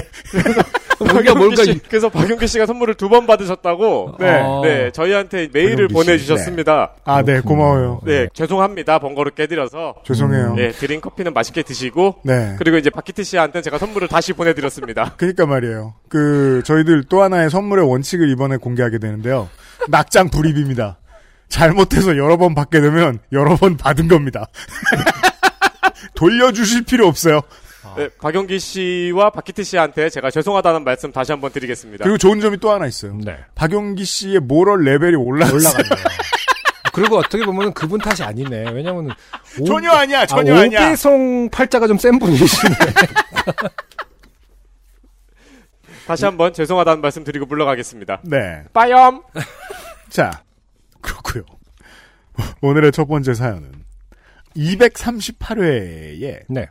뭔가 뭔가
씨, 그래서 박영기 씨가 선물을 두 번 받으셨다고
네.
어.
네 저희한테
박영기
메일을
씨.
보내주셨습니다.
아, 네. 고마워요.
네, 죄송합니다 번거롭게 해드려서
죄송해요.
네 드린 커피는 맛있게 드시고
네.
그리고 이제 박희태 씨한테 제가 선물을 다시 보내드렸습니다.
그니까 그러니까 말이에요. 그, 저희들 또 하나의 선물의 원칙을 이번에 공개하게 되는데요. 낙장 불입입니다. 잘못해서 여러 번 받게 되면 여러 번 받은 겁니다. <laughs> 돌려주실 필요 없어요.
네, 박영기 씨와 박희태 씨한테 제가 죄송하다는 말씀 다시 한번 드리겠습니다.
그리고 좋은 점이 또 하나 있어요.
<laughs> 네.
박용기 씨의 모럴 레벨이 올라갔어요.
올라갔네요. 그리고 어떻게 보면 그분 탓이 아니네. 왜냐면 오,
<laughs> 전혀 아니야, 전혀
아,
아니야.
오배송 팔자가 좀 센
<laughs>
분이시네.
다시 한번 죄송하다는 말씀 드리고 물러가겠습니다.
<laughs> 네.
빠염.
자, 그렇고요. 오늘의 첫 번째 사연은 238회에
네,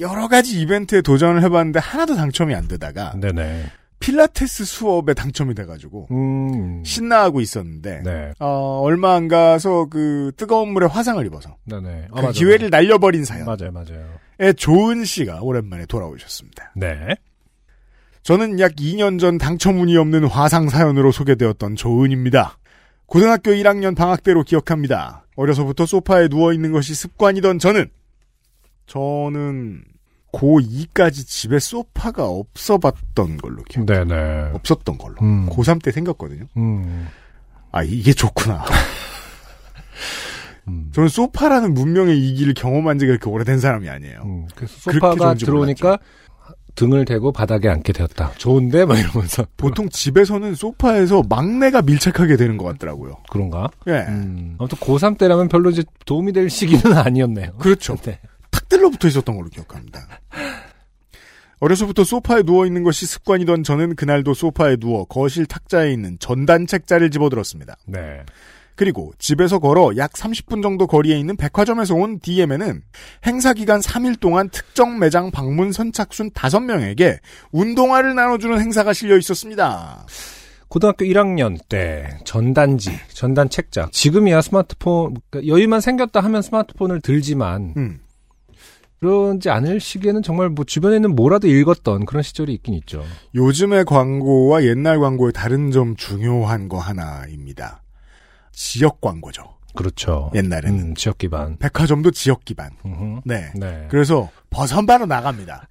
여러 가지 이벤트에 도전을 해봤는데 하나도 당첨이 안 되다가
네, 네.
필라테스 수업에 당첨이 돼가지고
음,
<laughs> 신나하고 있었는데
네,
어, 얼마 안 가서 그 뜨거운 물에 화상을 입어서
네, 네. 아,
그
맞아요.
기회를 날려버린 사연에
맞아요, 맞아요.
조은 씨가 오랜만에 돌아오셨습니다.
네,
저는 약 2년 전 당첨운이 없는 화상 사연으로 소개되었던 조은입니다. 고등학교 1학년 방학 때로 기억합니다. 어려서부터 소파에 누워있는 것이 습관이던 저는, 저는 고2까지 집에 소파가 없어 봤던 걸로 기억,
네, 네.
없었던 걸로.
음.
고3 때 생겼거든요.
음,
아, 이게 좋구나.
음.
저는 소파라는 문명의 이기를 경험한 지가 그렇게 오래된 사람이 아니에요.
음. 그래서
그렇게
소파가
좋은지
들어오니까 등을 대고 바닥에 앉게 되었다. 좋은데? 막 이러면서.
보통 집에서는 소파에서 막내가 밀착하게 되는 것 같더라고요.
그런가?
예.
아무튼 고3 때라면 별로 이제 도움이 될 시기는 <laughs> 아니었네요.
그렇죠.
네.
탁 햇들로 붙어 있었던 걸로 기억합니다. 어려서부터 소파에 누워 있는 것이 습관이던 저는 그날도 소파에 누워 거실 탁자에 있는 전단 책자를 집어들었습니다.
네.
그리고 집에서 걸어 약 30분 정도 거리에 있는 백화점에서 온 DM에는 행사 기간 3일 동안 특정 매장 방문 선착순 5명에게 운동화를 나눠주는 행사가 실려 있었습니다.
고등학교 1학년 때 전단지, 전단 책자. 지금이야 스마트폰 그러니까 여유만 생겼다 하면 스마트폰을 들지만
음.
그런지 않을 시기에는 정말 뭐 주변에는 뭐라도 읽었던 그런 시절이 있긴 있죠.
요즘의 광고와 옛날 광고의 다른 점 중요한 거 하나입니다. 지역 광고죠.
그렇죠.
옛날에는.
음, 지역 기반.
백화점도 지역 기반.
음흠.
네.
네.
그래서
<laughs>
버선바로 나갑니다.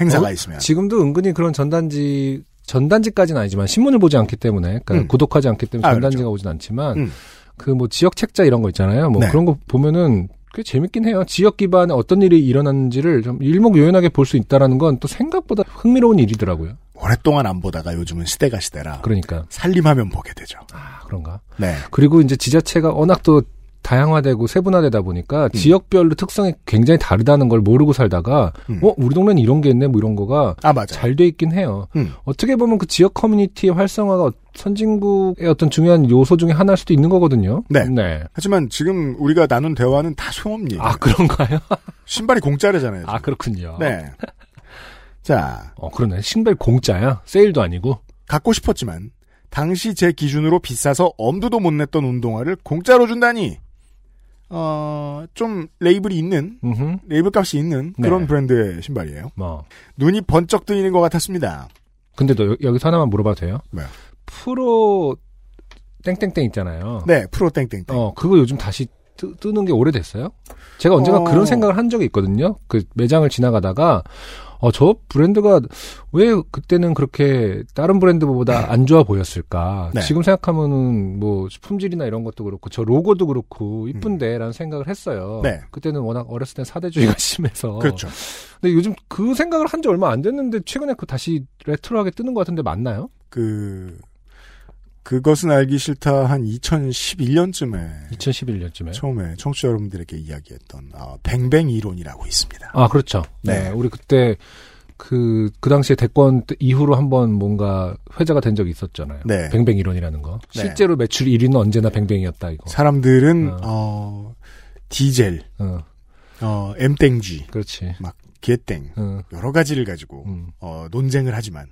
행사가
어,
있으면.
지금도 은근히 그런 전단지 전단지까지는 아니지만 신문을 보지 않기 때문에 그러니까
음.
구독하지 않기 때문에
아,
전단지가
그렇죠.
오진 않지만
음.
그 뭐 지역 책자 이런 거 있잖아요. 뭐
네.
그런 거 보면은 꽤 재밌긴 해요. 지역 기반에 어떤 일이 일어났는지를 좀 일목요연하게 볼 수 있다라는 건 또 생각보다 흥미로운 일이더라고요.
오랫동안 안 보다가 요즘은 시대가 시대라
그러니까
살림하면 보게 되죠.
아, 그런가.
네.
그리고 이제 지자체가 워낙 또 다양화되고 세분화되다 보니까
음.
지역별로 특성이 굉장히 다르다는 걸 모르고 살다가
음.
어 우리 동네는 이런 게 있네 뭐 이런 거가
아 맞아.
잘 돼 있긴 해요.
음.
어떻게 보면 그 지역 커뮤니티의 활성화가 어- 선진국의 어떤 중요한 요소 중에 하나일 수도 있는 거거든요.
네. 하지만 지금 우리가 나눈 대화는 다 소음리.
아 그런가요?
신발이 공짜래잖아요.
<laughs> 아 그렇군요.
네. 자,
어 그러네. 신발 공짜야. 세일도 아니고.
갖고 싶었지만 당시 제 기준으로 비싸서 엄두도 못 냈던 운동화를 공짜로 준다니. 어, 좀 레이블이 있는
음흠.
레이블 값이 있는
네.
그런 브랜드의 신발이에요.
뭐.
눈이 번쩍 뜨이는 것 같았습니다.
근데 너 여- 여기서 하나만 물어봐도 돼요?
뭐요?
프로 땡땡땡 있잖아요.
네, 프로 땡땡땡.
어 그거 요즘 다시 뜨, 는게 오래됐어요? 제가 언젠가
어.
그런 생각을 한 적이 있거든요. 그 매장을 지나가다가 어 저 브랜드가 왜 그때는 그렇게 다른 브랜드보다 안 좋아 보였을까?
네.
지금 생각하면은 뭐 품질이나 이런 것도 그렇고 저 로고도 그렇고 이쁜데라는 생각을 했어요.
네.
그때는 워낙 어렸을 때 사대주의가 <laughs> 심해서
그렇죠.
근데 요즘 그 생각을 한 지 얼마 안 됐는데 최근에 그 다시 레트로하게 뜨는 것 같은데 맞나요?
그 그것은 알기 싫다 한 2011년쯤에
2011년쯤에.
처음에 청취자 여러분들에게 이야기했던 아, 뱅뱅 이론이라고 있습니다.
아, 그렇죠.
네.
네. 우리 그때 그, 그 당시에 대권 때 이후로 한번 뭔가 회자가 된 적이 있었잖아요.
네.
뱅뱅 이론이라는 거.
네.
실제로 매출 1위는 언제나 뱅뱅이었다, 이거.
사람들은
어.
어, 디젤,
어,
어, M땡쥐,
그렇지.
개땡
어,
여러 가지를 가지고
음.
어, 논쟁을 하지만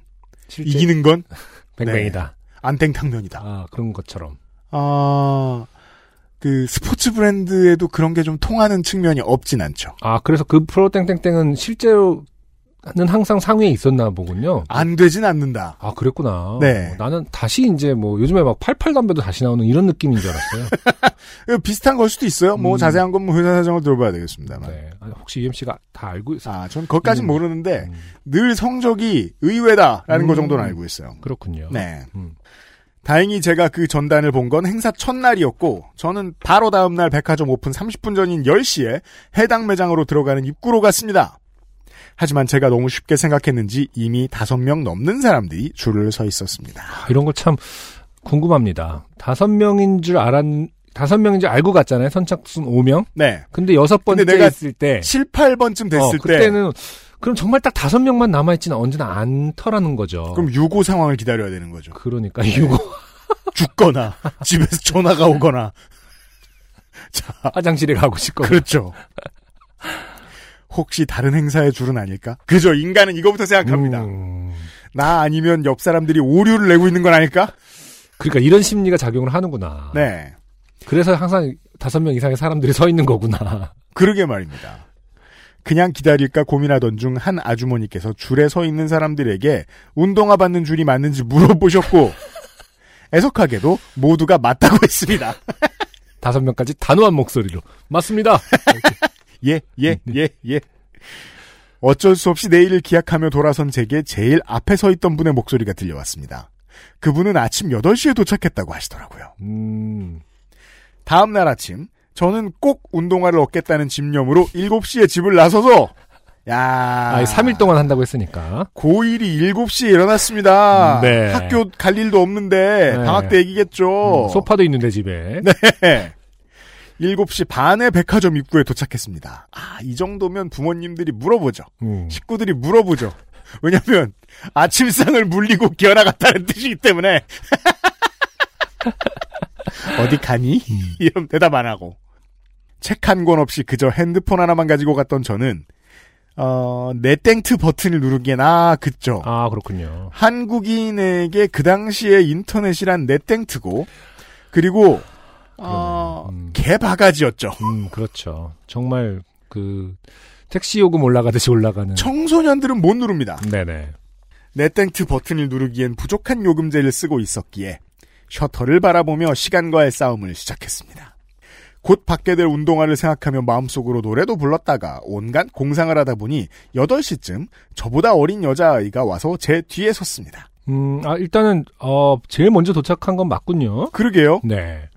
실제
이기는 네, 건
뱅뱅이다.
안땡탕면이다.
아, 그런 것처럼.
아, 그 스포츠 브랜드에도 그런 게 좀 통하는 측면이 없진 않죠.
아, 그래서 그 프로 땡땡땡은 실제로는 항상 상위에 있었나 보군요.
안 되진 않는다.
아, 그랬구나.
네.
어, 나는 다시 이제 뭐 요즘에 막 팔팔 담배도 다시 나오는 이런 느낌인 줄
<laughs>
알았어요.
이거 예, 비슷한 걸 수도 있어요. 뭐
음.
자세한 건뭐 회사 사정을 들어봐야 되겠습니다만.
네. 아니, 혹시 UMC가 다 알고 있어?
아, 전 거기까진
음.
모르는데
음,
늘 성적이 의외다라는
음.
거 정도는 알고 있어요.
그렇군요.
네.
음.
다행히 제가 그 전단을 본 건 행사 첫날이었고 저는 바로 다음날 백화점 오픈 30분 전인 10시에 해당 매장으로 들어가는 입구로 갔습니다. 하지만 제가 너무 쉽게 생각했는지 이미 5명 넘는 사람들이 줄을 서 있었습니다.
아, 이런 걸 참 궁금합니다. 다섯 명인 줄 알았, 다섯 명인 줄 알고 갔잖아요. 선착순 5명.
네.
근데 여섯 번째
근데 내가
있을 때.
7, 8번쯤 됐을
어,
때
그때는, 그럼 정말 딱 다섯 명만 남아있지는 언제나 않더라는 거죠.
그럼 네. 유고 상황을 기다려야 되는 거죠.
그러니까 <laughs> 이거
죽거나 <laughs> 집에서 전화가 오거나
화장실에 가고 싶고. <laughs>
아. 그렇죠. 혹시 다른 행사의 줄은 아닐까? 그죠. 인간은 이거부터 생각합니다.
음,
나 아니면 옆 사람들이 오류를 내고 있는 건 아닐까?
그러니까 이런 심리가 작용을 하는구나.
네.
그래서 항상 다섯 명 이상의 사람들이 서 있는 거구나.
그러게 말입니다. 그냥 기다릴까 고민하던 중 한 아주머니께서 줄에 서 있는 사람들에게 운동화 받는 줄이 맞는지 물어보셨고, <laughs> 애석하게도 모두가 맞다고 했습니다. <laughs>
다섯 명까지 단호한 목소리로. 맞습니다.
예, 예, 예, 예. 어쩔 수 없이 내일을 기약하며 돌아선 제게 제일 앞에 서 있던 분의 목소리가 들려왔습니다. 그분은 아침 8시에 도착했다고 하시더라고요.
음,
다음 날 아침 저는 꼭 운동화를 얻겠다는 집념으로 7시에 집을 나서서 야,
아, 3일 동안 한다고 했으니까.
고1이 7시에 일어났습니다.
네.
학교 갈 일도 없는데
네.
방학 때 얘기겠죠.
음, 소파도 있는데 집에.
네. 7시 반에 백화점 입구에 도착했습니다. 아, 이 정도면 부모님들이 물어보죠. <laughs>
음.
식구들이 물어보죠. 왜냐면 아침상을 물리고 기어나갔다는 뜻이기 때문에 <laughs> 어디 가니?
음.
이런 대답 안 하고 책 한 권 없이 그저 핸드폰 하나만 가지고 갔던 저는 어, 네땡트 버튼을 누르기엔 아 그죠.
아 그렇군요.
한국인에게 그 당시에 인터넷이란 네땡트고 그리고 어,
그러네요. 음.
개바가지였죠.
음 그렇죠. 정말 그 택시 요금 올라가듯이 올라가는.
청소년들은 못 누릅니다.
네네.
네땡트 버튼을 누르기엔 부족한 요금제를 쓰고 있었기에 셔터를 바라보며 시간과의 싸움을 시작했습니다. 곧 받게 될 운동화를 생각하며 마음속으로 노래도 불렀다가 온갖 공상을 하다 보니 8시쯤 저보다 어린 여자아이가 와서 제 뒤에 섰습니다.
음아 일단은 어 제일 먼저 도착한 건 맞군요.
그러게요.
네.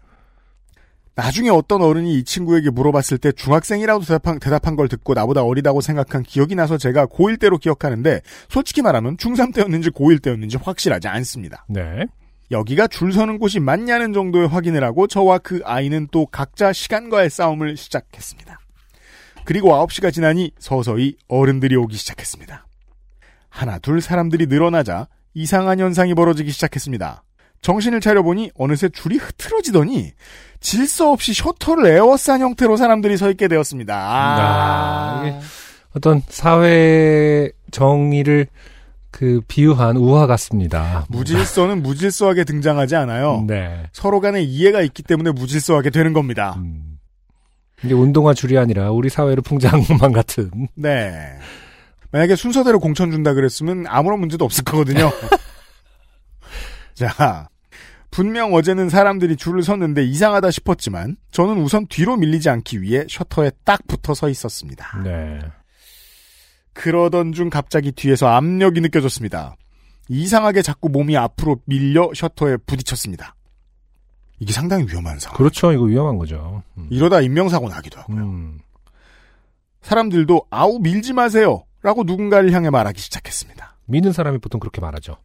나중에 어떤 어른이 이 친구에게 물어봤을 때 중학생이라고 대답한, 대답한 걸 듣고 나보다 어리다고 생각한 기억이 나서 제가 고1 때로 기억하는데 솔직히 말하면 중3 때였는지 고1 때였는지 확실하지 않습니다.
네.
여기가 줄 서는 곳이 맞냐는 정도의 확인을 하고 저와 그 아이는 또 각자 시간과의 싸움을 시작했습니다. 그리고 9시가 지나니 서서히 어른들이 오기 시작했습니다. 하나 둘 사람들이 늘어나자 이상한 현상이 벌어지기 시작했습니다. 정신을 차려보니 어느새 줄이 흐트러지더니 질서 없이 셔터를 에워싼 형태로 사람들이 서 있게 되었습니다. 아,
아, 이게 어떤 사회 정의를 그 비유한 우화 같습니다.
무질서는 무질서하게 등장하지 않아요.
네.
서로 간에 이해가 있기 때문에 무질서하게 되는 겁니다.
음. 이게 운동화 줄이 아니라 우리 사회를 풍자한 것만 같은.
네. 만약에 순서대로 공천 준다 그랬으면 아무런 문제도 없을 거거든요. 자, 분명 어제는 사람들이 줄을 섰는데 이상하다 싶었지만 저는 우선 뒤로 밀리지 않기 위해 셔터에 딱 붙어 서 있었습니다.
네.
그러던 중 갑자기 뒤에서 압력이 느껴졌습니다. 이상하게 자꾸 몸이 앞으로 밀려 셔터에 부딪혔습니다. 이게 상당히 위험한 상황.
그렇죠. 이거 위험한 거죠. 음.
이러다 인명사고 나기도 하고요.
음.
사람들도 아우 밀지 마세요 라고 누군가를 향해 말하기 시작했습니다.
믿는 사람이 보통 그렇게 말하죠.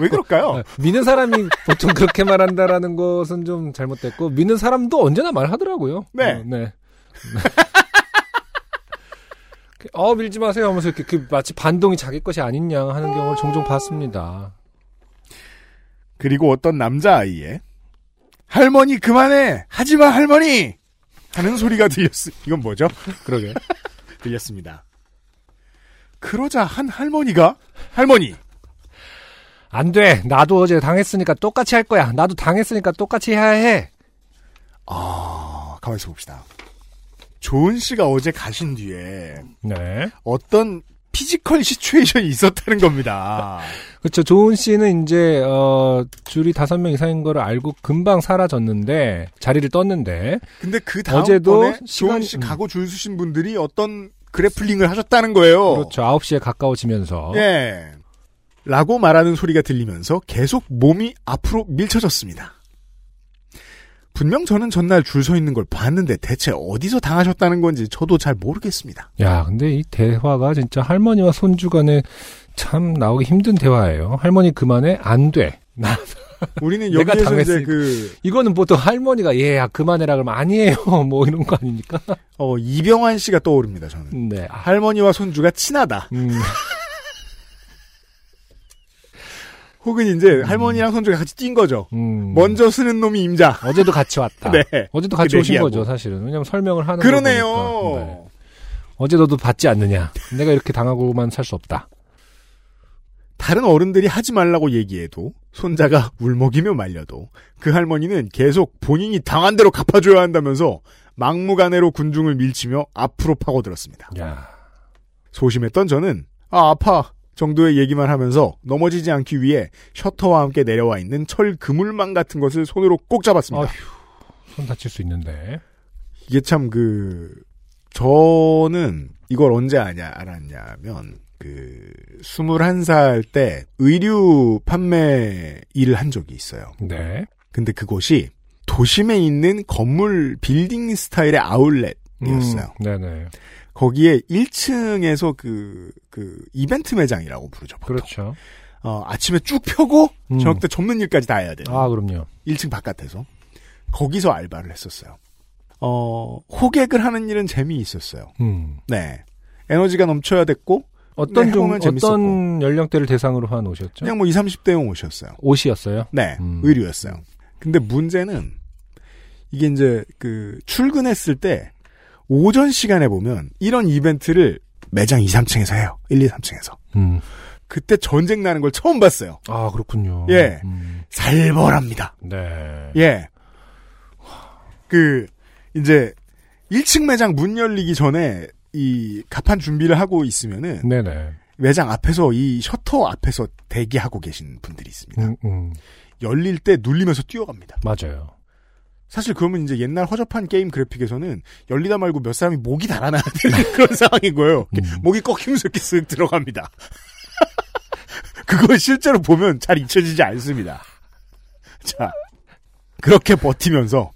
왜 그럴까요?
아, 믿는 사람이 보통 그렇게 말한다라는 것은 좀 잘못됐고 믿는 사람도 언제나 말하더라고요.
네.
어, 네. 어 밀지 마세요 하면서 이렇게 그 마치 반동이 자기 것이 아닌 양 하는 경우를 종종 봤습니다.
그리고 어떤 남자아이의 할머니 그만해 하지마 할머니 하는 소리가 들렸 이건 뭐죠?
<laughs> 그러게.
들렸습니다. 그러자 한 할머니가 할머니
안 돼. 나도 어제 당했으니까 똑같이 할 거야. 나도 당했으니까 똑같이 해야 해.
아 가만 있어 봅시다. 조은 씨가 어제 가신 뒤에
네.
어떤 피지컬 시츄에이션이 있었다는 겁니다.
그렇죠. 조은 씨는 이제 어 줄이 다섯 명 이상인 거를 알고 금방 사라졌는데 자리를 떴는데
근데 그 다음
어제도
번에 조은
시간이-
씨
음.
가고 줄 서신 분들이 어떤 그래플링을 하셨다는 거예요.
그렇죠. 아홉 시에 가까워지면서
어. 예. 라고 말하는 소리가 들리면서 계속 몸이 앞으로 밀쳐졌습니다. 분명 저는 전날 줄 서 있는 걸 봤는데 대체 어디서 당하셨다는 건지 저도 잘 모르겠습니다.
야, 근데 이 대화가 진짜 할머니와 손주 간에 참 나오기 힘든 대화예요. 할머니 그만해 안 돼. 나
우리는
내가
여기에서 이제
당했으니까.
그,
이거는 보통 할머니가 "예, 얘야 그만해라 그러면 아니에요. <laughs> 뭐 이런 거 아닙니까?
어, 이병환 씨가 떠오릅니다, 저는.
네. 아,
할머니와 손주가 친하다.
음,
혹은 이제 할머니랑 손주가 같이 뛴 거죠.
음.
먼저 쓰는 놈이 임자.
어제도 같이 왔다.
네.
어제도 같이
그
오신
얘기하고.
거죠, 사실은. 왜냐면 설명을 하는 거 보니까. 네.
그러네요.
어제 너도 받지 않느냐. 내가 이렇게 당하고만 살 수 없다.
다른 어른들이 하지 말라고 얘기해도 손자가 울먹이며 말려도 그 할머니는 계속 본인이 당한 대로 갚아줘야 한다면서 막무가내로 군중을 밀치며 앞으로 파고들었습니다.
야.
소심했던 저는 아 아파 정도의 얘기만 하면서 넘어지지 않기 위해 셔터와 함께 내려와 있는 철 그물망 같은 것을 손으로 꼭 잡았습니다.
아휴. 손 다칠 수 있는데.
이게 참 그 저는 이걸 언제 아냐 알았냐면 그 21살 때 의류 판매 일을 한 적이 있어요.
네.
근데 그곳이 도심에 있는 건물 빌딩 스타일의 아울렛이었어요.
음, 네네.
거기에 1층에서 그, 그, 이벤트 매장이라고 부르죠. 보통.
그렇죠.
어, 아침에 쭉 펴고
음.
저녁 때 접는 일까지 다 해야 돼요.
아, 그럼요.
1층 바깥에서 거기서 알바를 했었어요. 어, 호객을 하는 일은 재미있었어요.
음.
네. 에너지가 넘쳐야 됐고
어떤
네,
종,
해보면 재밌었고.
어떤 연령대를 대상으로 한 옷이었죠?
그냥 뭐 20, 30대용 옷이었어요.
옷이었어요?
네,
음.
의류였어요. 근데 문제는 이게 이제 그 출근했을 때 오전 시간에 보면 이런 이벤트를 매장 2, 3층에서 해요. 1, 2, 3층에서.
음.
그때 전쟁 나는 걸 처음 봤어요.
아, 그렇군요.
예.
음.
살벌합니다.
네.
예. 그 이제 1층 매장 문 열리기 전에 이 가판 준비를 하고 있으면은
네네.
매장 앞에서 이 셔터 앞에서 대기하고 계신 분들이 있습니다.
음, 음.
열릴 때 눌리면서 뛰어갑니다.
맞아요.
사실 그러면 이제 옛날 허접한 게임 그래픽에서는 열리다 말고 몇 사람이 목이 달아나야 되는 <laughs> 그런 상황인 거예요. 이렇게
음.
목이 꺾이면서 이렇게 쓱 들어갑니다. <laughs> 그걸 실제로 보면 잘 잊혀지지 않습니다. 자, 그렇게 버티면서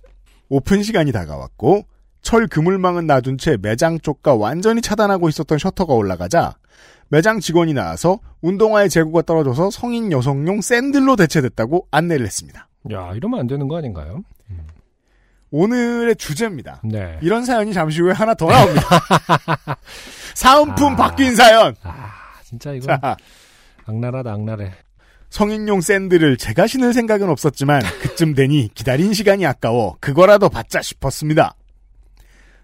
오픈 시간이 다가왔고 철 그물망은 놔둔 채 매장 쪽과 완전히 차단하고 있었던 셔터가 올라가자 매장 직원이 나와서 운동화의 재고가 떨어져서 성인 여성용 샌들로 대체됐다고 안내를 했습니다.
야, 이러면 안 되는 거 아닌가요?
오늘의 주제입니다.
네.
이런 사연이 잠시 후에 하나 더 나옵니다. <laughs> 사은품
아.
바뀐 사연.
아, 진짜 이거
자,
악랄하다, 악랄해.
성인용 샌들을 제가 신을 생각은 없었지만 그쯤 되니 기다린 시간이 아까워 그거라도 받자 싶었습니다.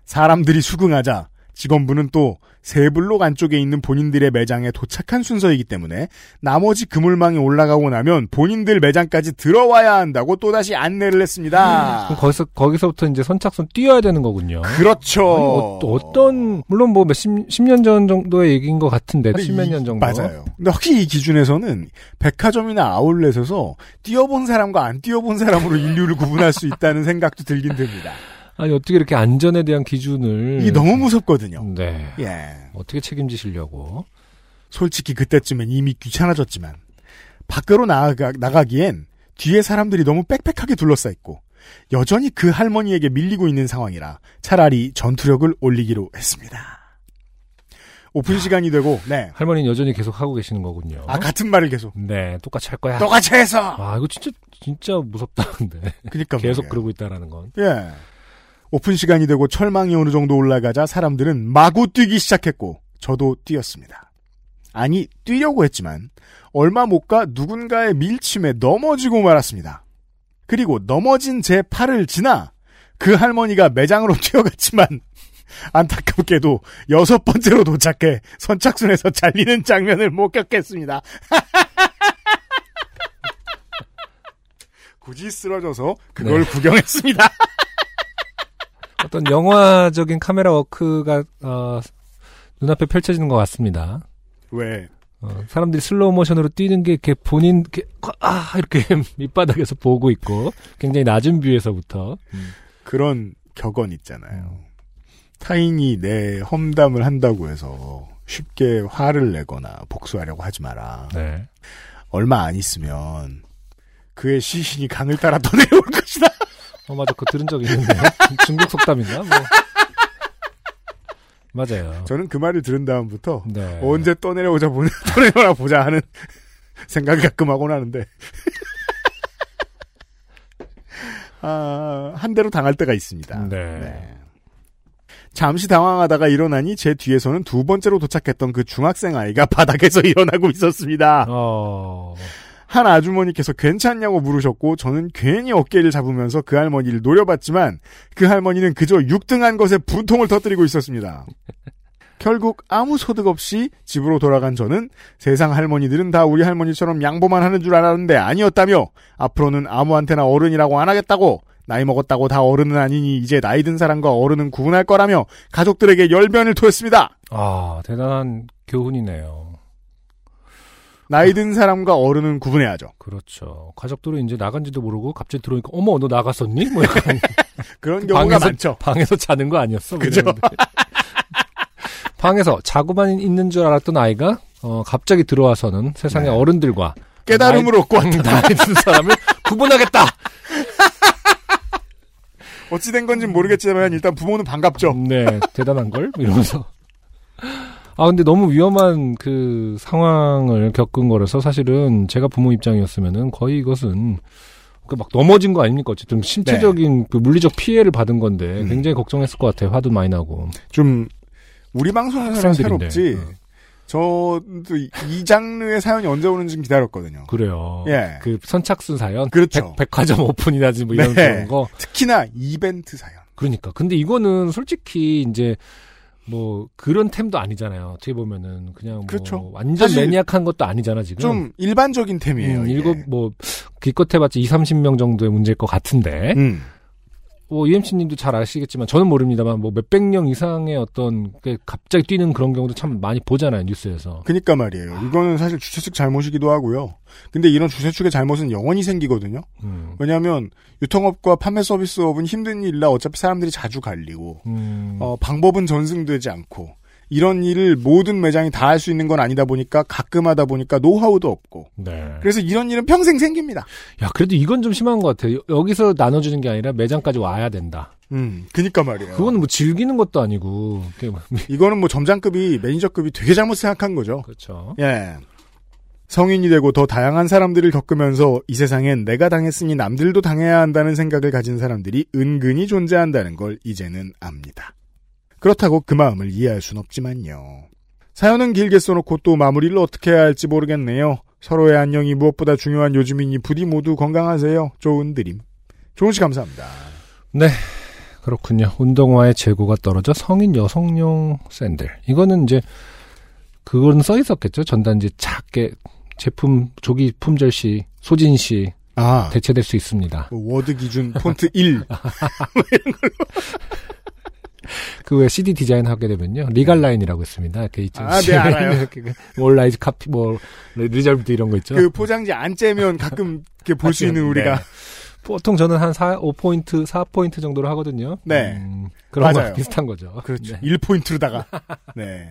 사람들이 수긍하자 직원분은 또 세블록 안쪽에 있는 본인들의 매장에 도착한 순서이기 때문에 나머지 그물망이 올라가고 나면 본인들 매장까지 들어와야 한다고 또다시 안내를 했습니다.
음, 그럼 거기서, 거기서부터 이제 선착순 뛰어야 되는 거군요.
그렇죠.
아니, 어, 어떤, 물론 뭐 몇십, 십년 전 정도의 얘기인 것 같은데,
근데
십몇
이-
년 정도.
맞아요. 근데 확실히 이 기준에서는 백화점이나 아울렛에서 뛰어본 사람과 안 뛰어본 사람으로 인류를 구분할 수 있다는 생각도 들긴 듭니다.
아니, 어떻게 이렇게 안전에 대한 기준을.
이게 너무 무섭거든요.
네.
예.
어떻게 책임지시려고.
솔직히 그때쯤엔 이미 귀찮아졌지만 밖으로 나아가, 나가기엔 뒤에 사람들이 너무 빽빽하게 둘러싸있고 여전히 그 할머니에게 밀리고 있는 상황이라 차라리 전투력을 올리기로 했습니다. 오픈 시간이 되고 네.
할머니는 여전히 계속 하고 계시는 거군요.
아 같은 말을 계속
네, 똑같이 할 어? 거야.
똑같이 해서
아, 이거 진짜, 진짜 무섭다, 근데.
그니까
계속
말이에요.
그러고 있다라는 건.
예. 오픈 시간이 되고 철망이 어느 정도 올라가자 사람들은 마구 뛰기 시작했고 저도 뛰었습니다. 아니 뛰려고 했지만 얼마 못 가 누군가의 밀침에 넘어지고 말았습니다. 그리고 넘어진 제 팔을 지나 그 할머니가 매장으로 <laughs> 뛰어갔지만 안타깝게도 여섯 번째로 도착해 선착순에서 잘리는 장면을 목격했습니다. <laughs> 굳이 쓰러져서 그걸 구경했습니다.
어떤 영화적인 카메라 워크가, 어, 눈앞에 펼쳐지는 것 같습니다.
왜
어, 사람들이 슬로우 모션으로 뛰는 게 이렇게 본인 이렇게 아 이렇게 <laughs> 밑바닥에서 보고 있고 굉장히 낮은 뷰에서부터
그런 격언 있잖아요. 타인이 내 험담을 한다고 해서 쉽게 화를 내거나 복수하려고 하지 마라.
네.
얼마 안 있으면 그의 시신이 강을 따라 <laughs> 떠내려올 것이다.
어 맞아 그거 들은 적 있는데 <laughs> 중국 속담인가 뭐 맞아요.
저는 그 말을 들은 다음부터
네.
언제 떠내려오자 <laughs> 보내 떠내려라 보자 하는 <laughs> 생각을 가끔 하곤 하는데 <laughs> 아, 한 대로 당할 때가 있습니다.
네.
잠시 당황하다가 일어나니 제 뒤에서는 두 번째로 도착했던 그 중학생 아이가 바닥에서 <laughs> 일어나고 있었습니다.
어
한 아주머니께서 괜찮냐고 물으셨고 저는 괜히 어깨를 잡으면서 그 할머니를 노려봤지만 그 할머니는 그저 육등한 것에 분통을 터뜨리고
<laughs>
있었습니다. 결국 아무 소득 없이 집으로 돌아간 저는 세상 할머니들은 다 우리 할머니처럼 양보만 하는 줄 알았는데 아니었다며 앞으로는 아무한테나 어른이라고 안 하겠다고 나이 먹었다고 다 어른은 아니니 이제 나이 든 사람과 어른은 구분할 거라며 가족들에게 열변을 토했습니다.
아, 대단한 교훈이네요.
나이 든 사람과 어른은 구분해야죠.
그렇죠. 가족들은 이제 나간지도 모르고 갑자기 들어오니까 어머 너 나갔었니? 뭐 약간
그런 <laughs> 경우가 많죠.
방에서 자는 거 아니었어? 뭐
그죠?
이러는데. <laughs> 방에서 자고만 있는 줄 알았던 아이가 어, 갑자기 들어와서는 세상의
네.
어른들과
깨달음을 얻고 왔다.
나이 든 사람을 <laughs> 구분하겠다.
어찌 된 건지 는 모르겠지만 일단 부모는 반갑죠.
<laughs> 네, 대단한 걸 이러면서. 아, 근데 너무 위험한 그 상황을 겪은 거라서 사실은 제가 부모 입장이었으면은 거의 이것은 그 막 넘어진 거 아닙니까? 어쨌든 신체적인 그 물리적 피해를 받은 건데
네. 음.
굉장히 걱정했을 것 같아요. 화도 많이 나고.
좀 우리 방송에서는
학생들인데.
새롭지.
어.
저도 이- 이 장르의 사연이 언제 오는지 좀 기다렸거든요.
그래요.
예.
그 선착순 사연.
그렇죠.
백, 화점 오픈이라든지 뭐 이런
네.
그런 거.
특히나 이벤트 사연.
그러니까. 근데 이거는 솔직히 이제 뭐 그런 템도 아니잖아요. 어떻게 보면은 그냥 뭐
그렇죠.
완전
사실
매니악한 것도 아니잖아 지금.
좀 일반적인 템이에요.
음,
이게.
일곱 뭐 기껏 해봤자 2, 30명 정도의 문제일 것 같은데
음.
뭐 UMC님도 잘 아시겠지만 저는 모릅니다만 뭐 몇백 명 이상의 어떤 그 갑자기 뛰는 그런 경우도 참 많이 보잖아요 뉴스에서
그니까 말이에요. 이거는 사실 주최 측 잘못이기도 하고요. 근데 이런 주최 측의 잘못은 영원히 생기거든요.
음.
왜냐하면 유통업과 판매 서비스업은 힘든 일이라 어차피 사람들이 자주 갈리고
음,
어, 방법은 전승되지 않고 이런 일을 모든 매장이 다 할 수 있는 건 아니다 보니까 가끔 하다 보니까 노하우도 없고
네.
그래서 이런 일은 평생 생깁니다.
야 그래도 이건 좀 심한 것 같아요. 여- 여기서 나눠주는 게 아니라 매장까지 와야 된다.
음, 그니까 말이에요.
그거는 뭐 즐기는 것도 아니고 그게 뭐- <laughs>
이거는 뭐 점장급이 매니저급이 되게 잘못 생각한 거죠.
그렇죠.
예. 성인이 되고 더 다양한 사람들을 겪으면서 이 세상엔 내가 당했으니 남들도 당해야 한다는 생각을 가진 사람들이 은근히 존재한다는 걸 이제는 압니다. 그렇다고 그 마음을 이해할 순 없지만요. 사연은 길게 써놓고 또 마무리를 어떻게 해야 할지 모르겠네요. 서로의 안녕이 무엇보다 중요한 요즘이니 부디 모두 건강하세요. 좋은 드림. 좋은 씨 감사합니다.
그렇군요. 운동화의 재고가 떨어져 성인 여성용 샌들. 이거는 이제 그건 써 있었겠죠. 전단지 작게 제품 조기 품절 시 소진 시
아,
대체될 아, 수 있습니다.
그 워드 기준 폰트
<laughs>
1.
그 외 CD 디자인 하게 되면요. 리갈 라인이라고 있습니다. 이렇게 있죠. <laughs>
아, 네, 알아요.
이렇게 그 온라인 카피 뭐 리절브드 이런 거 있죠.
그 포장지 안 째면 가끔 이렇게 볼 수 있는
네.
우리가.
보통 저는 한 4, 5포인트, 4포인트 정도로 하거든요.
네.
음, 그런
맞아요.
거 비슷한 거죠.
그렇죠.
네. <laughs>
1포인트로다가. 네.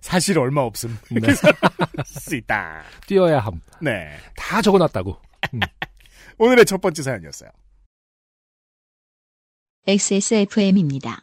사실 얼마 없음.
네.
수 있다.
뛰어야 함.
네.
다 적어놨다고.
오늘의 첫 번째 사연이었어요.
XSFM입니다.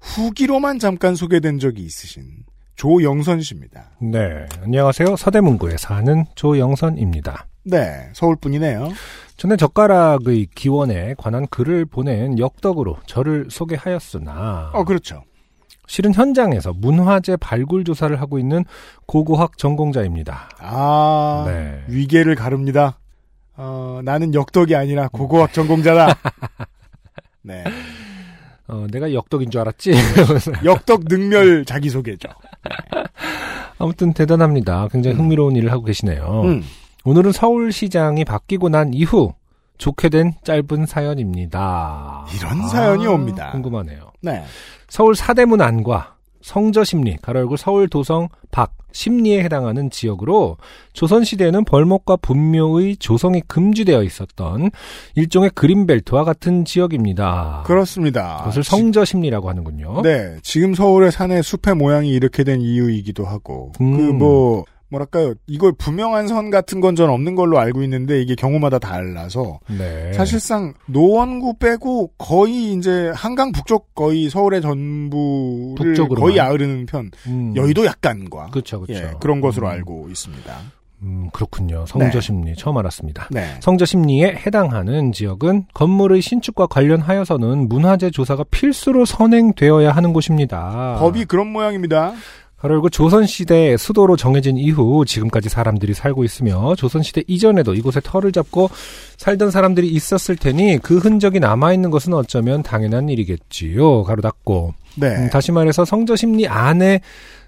후기로만 잠깐 소개된 적이 있으신 조영선 씨입니다.
네. 안녕하세요. 서대문구에 사는 조영선입니다.
네. 서울 분이네요.
전에 젓가락의 기원에 관한 글을 보낸 역덕으로 저를 소개하였으나
어, 그렇죠.
실은 현장에서 문화재 발굴 조사를 하고 있는 고고학 전공자입니다.
아,
네.
위계를 가릅니다. 어, 나는 역덕이 아니라
<laughs>
고고학 전공자다. 네.
어, 내가 역덕인 줄 알았지? <laughs>
역덕 능멸 자기소개죠.
아무튼 대단합니다. 굉장히 흥미로운 일을 하고 계시네요.
음.
오늘은 서울시장이 바뀌고 난 이후 좋게 된 짧은 사연입니다.
이런 사연이 옵니다.
아, 궁금하네요.
네.
서울 사대문 안과 성저심리, 가로열고 서울 도성 밖 심리에 해당하는 지역으로 조선시대에는 벌목과 분묘의 조성이 금지되어 있었던 일종의 그린벨트와 같은 지역입니다.
그렇습니다. 아,
것을 성저심리라고 하는군요.
네, 지금 서울의 산의 숲의 모양이 이렇게 된 이유이기도 하고,
음.
그 뭐, 뭐랄까요, 이걸 분명한 선 같은 건 전 없는 걸로 알고 있는데, 이게 경우마다 달라서,
네.
사실상 노원구 빼고 거의 이제 한강 북쪽 거의 서울의 전부를
북쪽으로만.
거의 아우르는 편,
음.
여의도 약간과,
그렇죠, 그렇죠.
예, 그런 것으로
음.
알고 네. 있습니다.
음, 그렇군요. 성저심리 처음 알았습니다.
네.
성저심리에 해당하는 지역은 건물의 신축과 관련하여서는 문화재 조사가 필수로 선행되어야 하는 곳입니다.
법이 그런 모양입니다.
그리고 조선시대 수도로 정해진 이후 지금까지 사람들이 살고 있으며 조선시대 이전에도 이곳에 터를 잡고 살던 사람들이 있었을 테니 그 흔적이 남아있는 것은 어쩌면 당연한 일이겠지요. 가로 닫고. 음,
네.
다시 말해서 성저심리 안에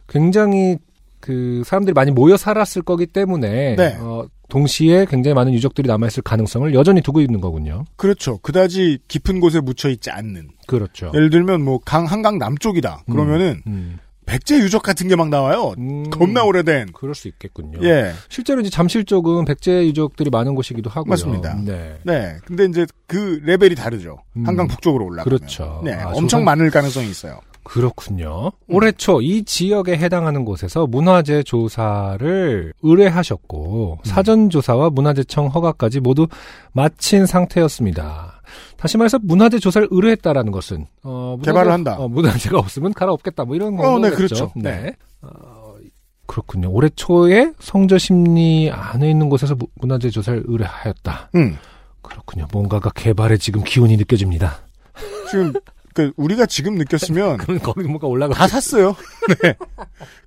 굉장히 그 사람들이 많이 모여 살았을 거기 때문에
네.
어, 동시에 굉장히 많은 유적들이 남아있을 가능성을 여전히 두고 있는 거군요.
그렇죠. 그다지 깊은 곳에 묻혀있지 않는.
그렇죠.
음. 예를 들면, 뭐, 강, 한강 남쪽이다. 그러면은,
음,
백제 유적 같은 게 막 나와요.
음,
겁나 오래된.
그럴 수 있겠군요.
예.
실제로 이제 잠실 쪽은 백제 유적들이 많은 곳이기도 하고요.
맞습니다.
네.
네. 근데 이제 그 레벨이 다르죠.
음.
한강 북쪽으로 올라가면.
그렇죠.
네.
아,
엄청
조선-
많을 가능성이 있어요.
그렇군요. 올해 초 이 지역에 해당하는 곳에서 문화재 조사를 의뢰하셨고
음.
사전 조사와 문화재청 허가까지 모두 마친 상태였습니다. 다시 말해서 문화재 조사를 의뢰했다라는 것은 어, 문화재-
개발을 한다.
어, 문화재가 없으면 갈아엎겠다 뭐 이런 거죠.
어, 네, 그렇죠. 네.
어, 그렇군요. 올해 초에 성저심리 안에 있는 곳에서 무- 문화재 조사를 의뢰하였다.
음.
그렇군요. 뭔가가 개발에 지금 기운이 느껴집니다.
지금 그 우리가 지금
<laughs>
느꼈으면
그럼 거기 뭔가 올라가. <laughs>
다 샀어요. 네.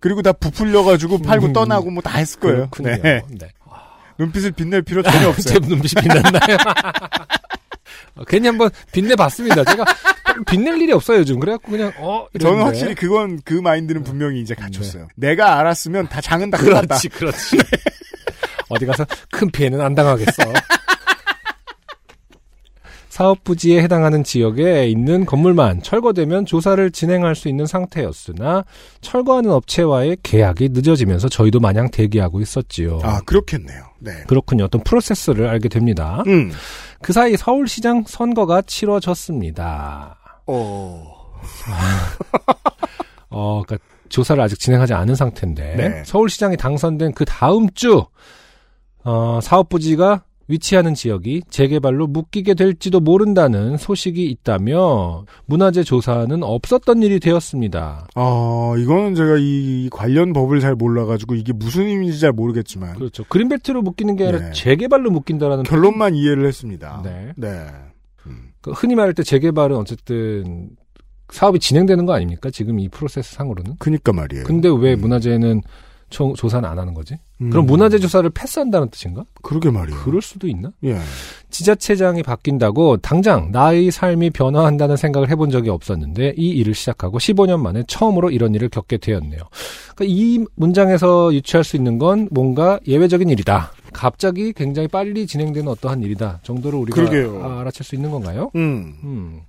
그리고 다 부풀려가지고 팔고 떠나고 뭐 다 했을 거예요.
음. 그렇군요. 아,
네.
네.
눈빛을 빛낼 필요 전혀
제
없어요.
눈빛이 빛났나요? <laughs> 어, 괜히 한번 빛내봤습니다. 제가 빛낼 일이 없어요, 요즘. 그래갖고 그냥, 어, 이랬는데.
저는 확실히 그건 그 마인드는 분명히 이제 갖췄어요. 내가 알았으면 다 장은 다 끝났다.
네. 그렇지, 그렇지. 어디 가서 큰 피해는 안 당하겠어. <laughs> 사업 부지에 해당하는 지역에 있는 건물만 철거되면 조사를 진행할 수 있는 상태였으나 철거하는 업체와의 계약이 늦어지면서 저희도 마냥 대기하고 있었지요.
아 그렇겠네요. 네.
그렇군요. 어떤 프로세스를 알게 됩니다.
음.
그 사이 서울시장 선거가 치러졌습니다. 어, 그러니까 조사를 아직 진행하지 않은 상태인데
네.
서울시장이 당선된 그 다음 주 어, 사업부지가 위치하는 지역이 재개발로 묶이게 될지도 모른다는 소식이 있다며 문화재 조사는 없었던 일이 되었습니다.
어 이거는 제가 이 관련 법을 잘 몰라가지고 이게 무슨 의미인지 잘 모르겠지만
그렇죠. 그린벨트로 묶이는 게 아니라
네.
재개발로 묶인다라는
결론만 이해를 했습니다.
네.
네.
그 흔히 말할 때 재개발은 어쨌든 사업이 진행되는 거 아닙니까? 지금 이 프로세스 상으로는.
그니까 말이에요.
근데 왜
음.
문화재는 총- 조사는 안 하는 거지?
음.
그럼 문화재 조사를 패스한다는 뜻인가?
그러게 말이에요.
그럴 수도 있나?
예.
지자체장이 바뀐다고 당장 나의 삶이 변화한다는 생각을 해본 적이 없었는데 이 일을 시작하고 15년 만에 처음으로 이런 일을 겪게 되었네요. 그러니까 이 문장에서 유추할 수 있는 건 뭔가 예외적인 일이다. 갑자기 굉장히 빨리 진행되는 어떠한 일이다 정도로 우리가
그러게요.
아- 알아챌 수 있는 건가요?
음.
음.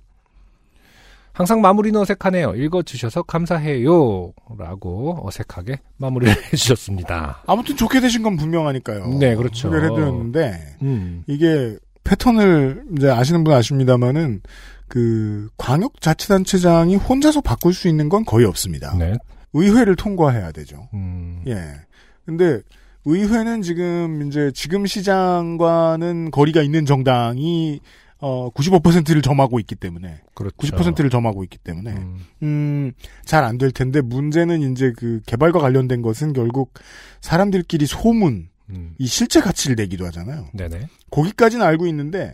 항상 마무리는 어색하네요. 읽어주셔서 감사해요. 라고 어색하게 마무리를 <laughs> 해주셨습니다.
아무튼 좋게 되신 건 분명하니까요.
네, 그렇죠.
소개해드렸는데
음.
이게 패턴을 이제 아시는 분 아십니다만은 그 광역자치단체장이 혼자서 바꿀 수 있는 건 거의 없습니다.
네.
의회를 통과해야 되죠.
음.
예. 근데 의회는 지금 이제 지금 시장과는 거리가 있는 정당이 어 95%를 점하고 있기 때문에
그렇죠.
90%를 네. 점하고 있기 때문에
음.
음, 잘 안 될 텐데 문제는 이제 그 개발과 관련된 것은 결국 사람들끼리 소문,
음.
이 실제 가치를 내기도 하잖아요.
네네.
거기까지는 알고 있는데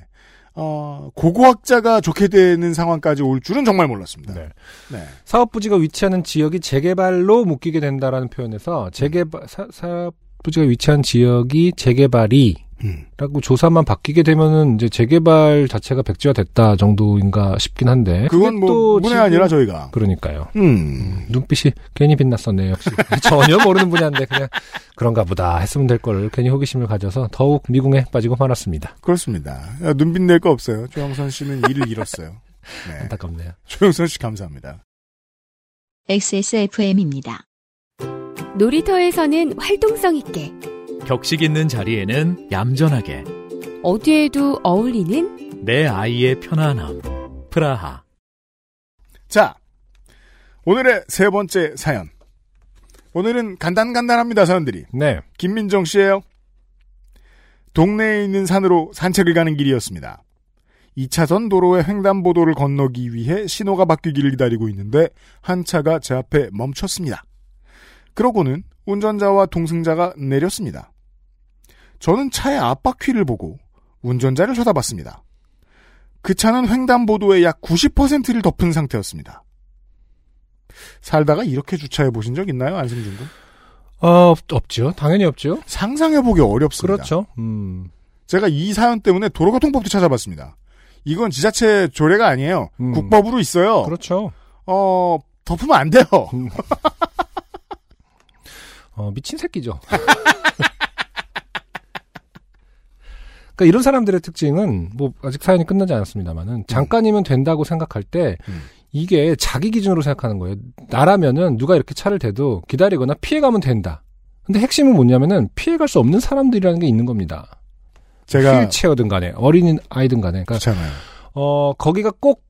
어, 고고학자가 좋게 되는 상황까지 올 줄은 정말 몰랐습니다.
네.
네.
사업 부지가 위치하는 지역이 재개발로 묶이게 된다라는 표현에서
음.
재개발 사, 사업 부지가 위치한 지역이 재개발이
음.
라고 조사만 바뀌게 되면은 이제 재개발 자체가 백지화 됐다 정도인가 싶긴 한데
그건
그게 또
뭐 문의
지금-
아니라 저희가.
그러니까요.
음.
눈빛이 괜히 빛났었네요, 역시. <laughs> 전혀 모르는 분야인데 그냥 그런가 보다 했으면 될 거를 괜히 호기심을 가져서 더욱 미궁에 빠지고 말았습니다.
그렇습니다. 야, 눈빛 낼 거 없어요. 조영선 씨는 일을 잃었어요.
아,
네.
안타깝네요.
조영선 씨 감사합니다.
XSFM입니다.
놀이터에서는 활동성 있게,
격식 있는 자리에는 얌전하게
어디에도 어울리는
내 아이의 편안함. 프라하.
자, 오늘의 세 번째 사연. 오늘은 간단간단합니다, 사연들이.
네.
김민정 씨예요. 동네에 있는 산으로 산책을 가는 길이었습니다. 2차선 도로의 횡단보도를 건너기 위해 신호가 바뀌기를 기다리고 있는데 한 차가 제 앞에 멈췄습니다. 그러고는 운전자와 동승자가 내렸습니다. 저는 차의 앞바퀴를 보고 운전자를 쳐다봤습니다. 그 차는 횡단보도의 약 90%를 덮은 상태였습니다. 살다가 이렇게 주차해 보신 적 있나요, 안승준 군?
어, 없, 죠 당연히 없죠.
상상해보기 어렵습니다.
그렇죠. 음.
제가 이 사연 때문에 도로교통법도 찾아봤습니다. 이건 지자체 조례가 아니에요.
음.
국법으로 있어요.
그렇죠. 음.
어, 덮으면 안 돼요.
어, 미친 새끼죠. <laughs> 그러니까 이런 사람들의 특징은 뭐 아직 사연이 끝나지 않았습니다만은 잠깐이면 된다고 생각할 때
음.
이게 자기 기준으로 생각하는 거예요. 나라면은 누가 이렇게 차를 대도 기다리거나 피해가면 된다. 근데 핵심은 뭐냐면은 피해갈 수 없는 사람들이라는 게 있는 겁니다.
제가
휠체어든 간에 어린 아이든 간에. 그러니까
그렇잖아요.
어, 거기가 꼭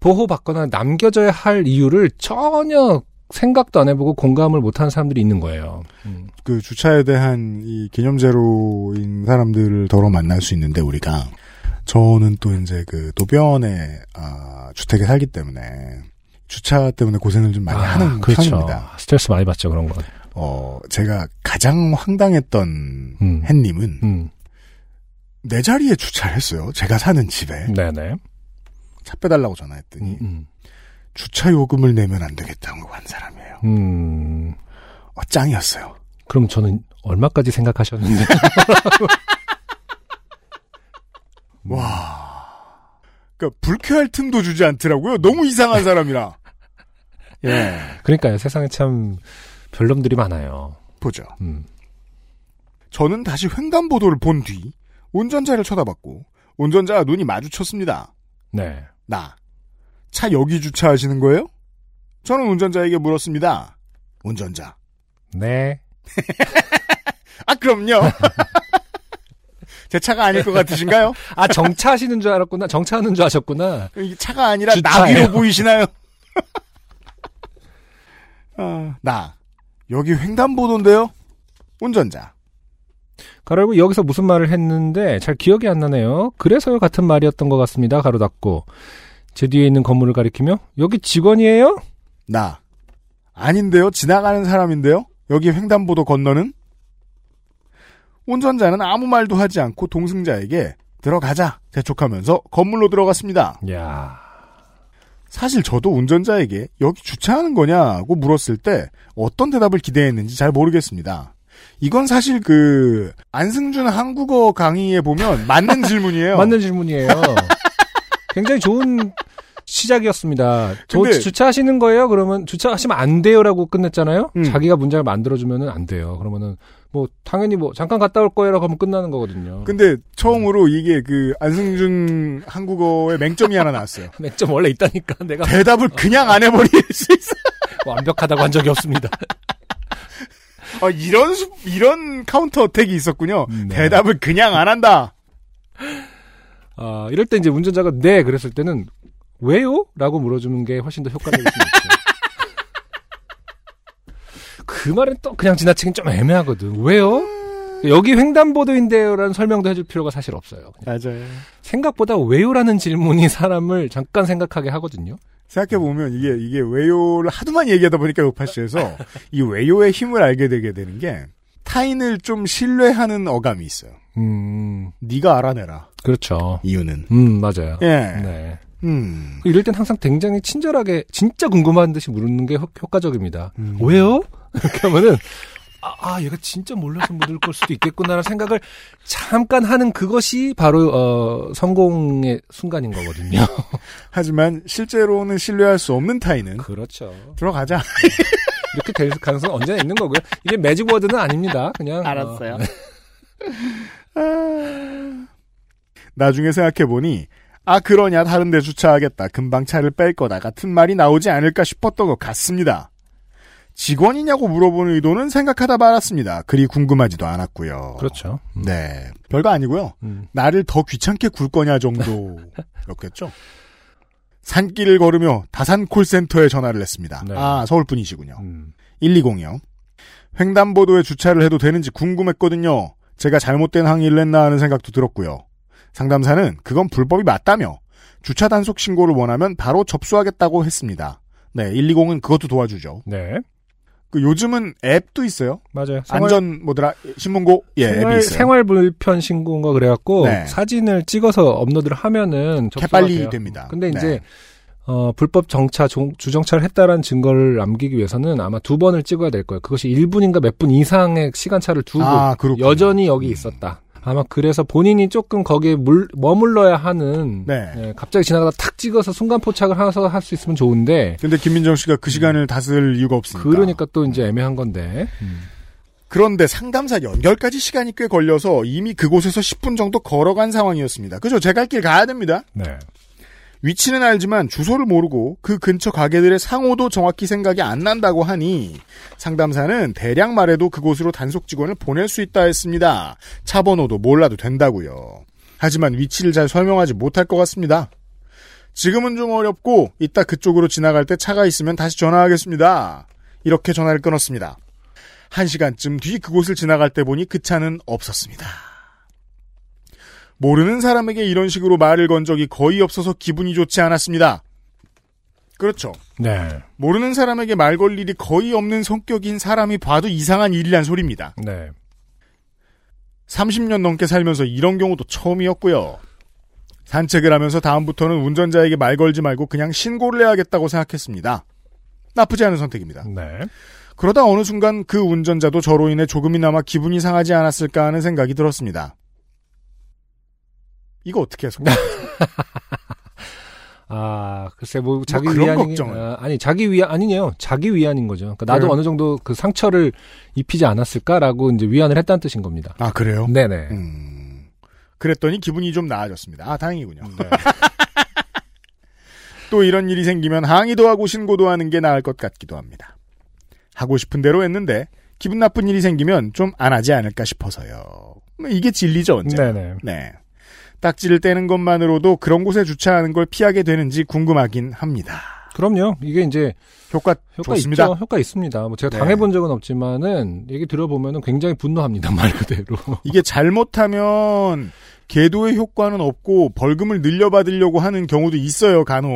보호받거나 남겨져야 할 이유를 전혀 생각도 안 해보고 공감을 못하는 사람들이 있는 거예요. 음.
그 주차에 대한 이 개념제로인 사람들을 더러 만날 수 있는데 우리가 저는 또 이제 그 노변에 아, 주택에 살기 때문에 주차 때문에 고생을 좀 많이
아,
하는
그렇죠.
편입니다.
스트레스 많이 받죠 그런 거.
어 제가 가장 황당했던
음.
햇님은
음.
내 자리에 주차를 했어요. 제가 사는 집에
네네.
차 빼달라고 전화했더니
음, 음.
주차 요금을 내면 안 되겠다고 한 사람이에요.
음.
어, 짱이었어요.
그럼 저는 얼마까지 생각하셨는데?
<laughs> 와. 그러니까 불쾌할 틈도 주지 않더라고요. 너무 이상한 사람이라. 예.
음. 그러니까요. 세상에 참 별놈들이 많아요.
보죠.
음.
저는 다시 횡단보도를 본 뒤 운전자를 쳐다봤고 운전자와 눈이 마주쳤습니다.
네.
나. 차 여기 주차하시는 거예요? 저는 운전자에게 물었습니다. 운전자.
네.
아, 그럼요. <laughs> 제 차가 아닐 것 같으신가요?
아 정차하시는 줄 알았구나. 정차하는 줄 아셨구나.
그 이게 차가 아니라
주차예요.
나비로 보이시나요? <laughs> 아, 나. 여기 횡단보도인데요? 운전자.
가로 열고 여기서 무슨 말을 했는데 잘 기억이 안 나네요. 그래서요 같은 말이었던 것 같습니다. 가로 닫고 제 뒤에 있는 건물을 가리키며 여기 직원이에요?
나. 아닌데요? 지나가는 사람인데요? 여기 횡단보도 건너는? 운전자는 아무 말도 하지 않고 동승자에게 들어가자 재촉하면서 건물로 들어갔습니다.
야,
사실 저도 운전자에게 여기 주차하는 거냐고 물었을 때 어떤 대답을 기대했는지 잘 모르겠습니다. 이건 사실 그 안승준 한국어 강의에 보면 맞는 질문이에요.
맞는 질문이에요. <laughs> 굉장히 좋은 시작이었습니다. 저
근데-
주차하시는 거예요? 그러면 주차하시면 안 돼요라고 끝냈잖아요.
음.
자기가 문장을 만들어주면 안 돼요. 그러면은 뭐 당연히 뭐 잠깐 갔다 올 거예요라고 하면 끝나는 거거든요.
근데 처음으로 이게 그 안승준 한국어의 맹점이 하나 나왔어요.
맥점 원래 있다니까 <laughs> 내가
대답을 그냥 안 해버릴 수 있어.
완벽하다고 한 적이 없습니다.
아, 이런 수- 이런 카운터 어택이 있었군요.
네.
대답을 그냥 안 한다.
아, 이럴 때 이제 운전자가 네 그랬을 때는 왜요? 라고 물어주는 게 훨씬 더 효과적일 수 있죠. <laughs> 그 말은 또 그냥 지나치긴 좀 애매하거든. 왜요? 여기 횡단보도인데요라는 설명도 해줄 필요가 사실 없어요. 그냥
맞아요.
생각보다 왜요라는 질문이 사람을 잠깐 생각하게 하거든요.
생각해 보면 이게 이게 외요를 하도만 얘기하다 보니까
<laughs>
요파시에서 이 외요의 힘을 알게 되게 되는 게 타인을 좀 신뢰하는 어감이 있어요.
음,
네가 알아내라
그렇죠.
이유는.
음, 맞아요.
예.
네.
음.
이럴 땐 항상 굉장히 친절하게 진짜 궁금한 듯이 물는 게 효- 효과적입니다.
음.
왜요? 이렇게 하면은 아, 아, 얘가 진짜 몰라서 물을 걸 수도 있겠구나라는 생각을 잠깐 하는 그것이 바로 어, 성공의 순간인 거거든요.
하지만 실제로는 신뢰할 수 없는
<laughs>
타인은
그렇죠.
들어가자.
이렇게 될 가능성은 언제나 있는 거고요. 이게 매직 워드는 아닙니다. 그냥 어,
아. 나중에 생각해 보니 아 그러냐 다른 데 주차하겠다 금방 차를 뺄 거다 같은 말이 나오지 않을까 싶었던 것 같습니다. 직원이냐고 물어보는 의도는 생각하다 말았습니다. 그리 궁금하지도 않았고요.
그렇죠. 음.
네. 별거 아니고요.
음.
나를 더 귀찮게 굴 거냐
<laughs>
정도였겠죠. 산길을 걸으며 다산 콜센터에 전화를 했습니다.
네.
아, 서울 분이시군요.
음.
120이요. 횡단보도에 주차를 해도 되는지 궁금했거든요. 제가 잘못된 항의를 했나 하는 생각도 들었고요. 상담사는 그건 불법이 맞다며 주차 단속 신고를 원하면 바로 접수하겠다고 했습니다. 네, 120은 그것도 도와주죠.
네.
그 요즘은 앱도 있어요.
맞아요.
안전 뭐더라 신문고 예, 앱이
생활,
있어요.
생활 불편 신고인가 그래갖고
네.
사진을 찍어서 업로드를 하면은 접수가
개빨리
돼요.
됩니다.
근데
네.
이제 어, 불법 정차 종- 주정차를 했다라는 증거를 남기기 위해서는 아마 두 번을 찍어야 될 거예요. 그것이 1분인가 몇 분 이상의 시간차를 두고
아, 그렇군요.
여전히 여기 있었다. 아마 그래서 본인이 조금 거기에 물- 머물러야 하는
네.
예, 갑자기 지나가다 탁 찍어서 순간 포착을 해서 할 수 있으면 좋은데
근데 김민정 씨가 그 시간을 다스릴 이유가 없으니까.
그러니까 또 이제 애매한 건데
그런데 상담사 연결까지 시간이 꽤 걸려서 이미 그곳에서 10분 정도 걸어간 상황이었습니다. 그죠? 제 갈 길 가야 됩니다.
네.
위치는 알지만 주소를 모르고 그 근처 가게들의 상호도 정확히 생각이 안 난다고 하니 상담사는 대략 말해도 그곳으로 단속 직원을 보낼 수 있다 했습니다. 차 번호도 몰라도 된다고요. 하지만 위치를 잘 설명하지 못할 것 같습니다. 지금은 좀 어렵고 이따 그쪽으로 지나갈 때 차가 있으면 다시 전화하겠습니다. 이렇게 전화를 끊었습니다. 한 시간쯤 뒤 그곳을 지나갈 때 보니 그 차는 없었습니다. 모르는 사람에게 이런 식으로 말을 건 적이 거의 없어서 기분이 좋지 않았습니다. 그렇죠.
네.
모르는 사람에게 말 걸 일이 거의 없는 성격인 사람이 봐도 이상한 일이란 소리입니다.
네.
30년 넘게 살면서 이런 경우도 처음이었고요. 산책을 하면서 다음부터는 운전자에게 말 걸지 말고 그냥 신고를 해야겠다고 생각했습니다. 나쁘지 않은 선택입니다.
네.
그러다 어느 순간 그 운전자도 저로 인해 조금이나마 기분이 상하지 않았을까 하는 생각이 들었습니다. 이거 어떻게 해서?
아, 글쎄 뭐 자기
그런
위안이
걱정을.
아, 아니 자기 위안 아니네요. 자기 위안인 거죠. 그러니까 나도
그래요?
어느 정도 그 상처를 입히지 않았을까라고 이제 위안을 했다는 뜻인 겁니다.
아 그래요?
네, 네.
음, 그랬더니 기분이 좀 나아졌습니다. 아, 다행이군요.
네.
<laughs> 또 이런 일이 생기면 항의도 하고 신고도 하는 게 나을 것 같기도 합니다. 하고 싶은 대로 했는데 기분 나쁜 일이 생기면 좀 안 하지 않을까 싶어서요. 뭐 이게 진리죠, 언제?
네, 네.
네. 딱지를 떼는 것만으로도 그런 곳에 주차하는 걸 피하게 되는지 궁금하긴 합니다.
그럼요. 이게 이제
효과,
효과
좋습니다.
있죠. 효과 있습니다. 뭐 제가
네.
당해본 적은 없지만은 얘기 들어보면은 굉장히 분노합니다. 말 그대로.
이게 잘못하면 계도의 효과는 없고 벌금을 늘려받으려고 하는 경우도 있어요, 간혹.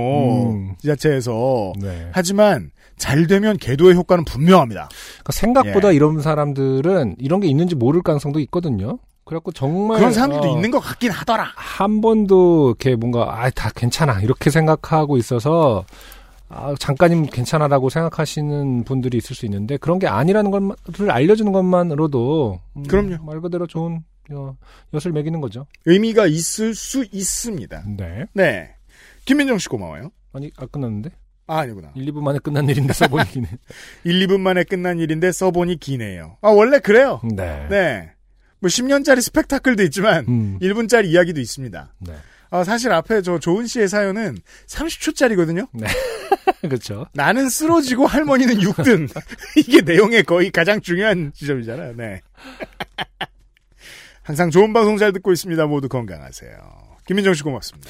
음.
지자체에서.
네.
하지만 잘 되면 계도의 효과는 분명합니다.
그러니까
예.
생각보다 이런 사람들은 이런 게 있는지 모를 가능성도 있거든요. 그래갖고 정말
그런 사람들도
어,
있는 것 같긴 하더라.
한 번도 이렇게 뭔가 아 다 괜찮아 이렇게 생각하고 있어서 아, 잠깐이면 괜찮아라고 생각하시는 분들이 있을 수 있는데 그런 게 아니라는 것을 알려주는 것만으로도 음,
그럼요.
말 그대로 좋은 어, 엿을 매기는 거죠.
의미가 있을 수 있습니다.
네.
네. 김민정 씨 고마워요.
아니 아 끝났는데
아, 아니구나.
1, 2분 만에 끝난 일인데 써보이기는.
1, 2분 만에 끝난 일인데 써보니 기네요. 아, 원래 그래요.
네.
<laughs> 네. 뭐 10년짜리 스펙타클도 있지만
음.
1분짜리 이야기도 있습니다.
네.
아, 사실 앞에 저 조은 씨의 사연은 30초짜리거든요.
<laughs>
예.
그렇죠.
나는 쓰러지고 할머니는 6등. <laughs> 이게 내용의 거의 가장 중요한 지점이잖아요. 네. <laughs> 항상 좋은 방송 잘 듣고 있습니다. 모두 건강하세요. 김민정 씨 고맙습니다.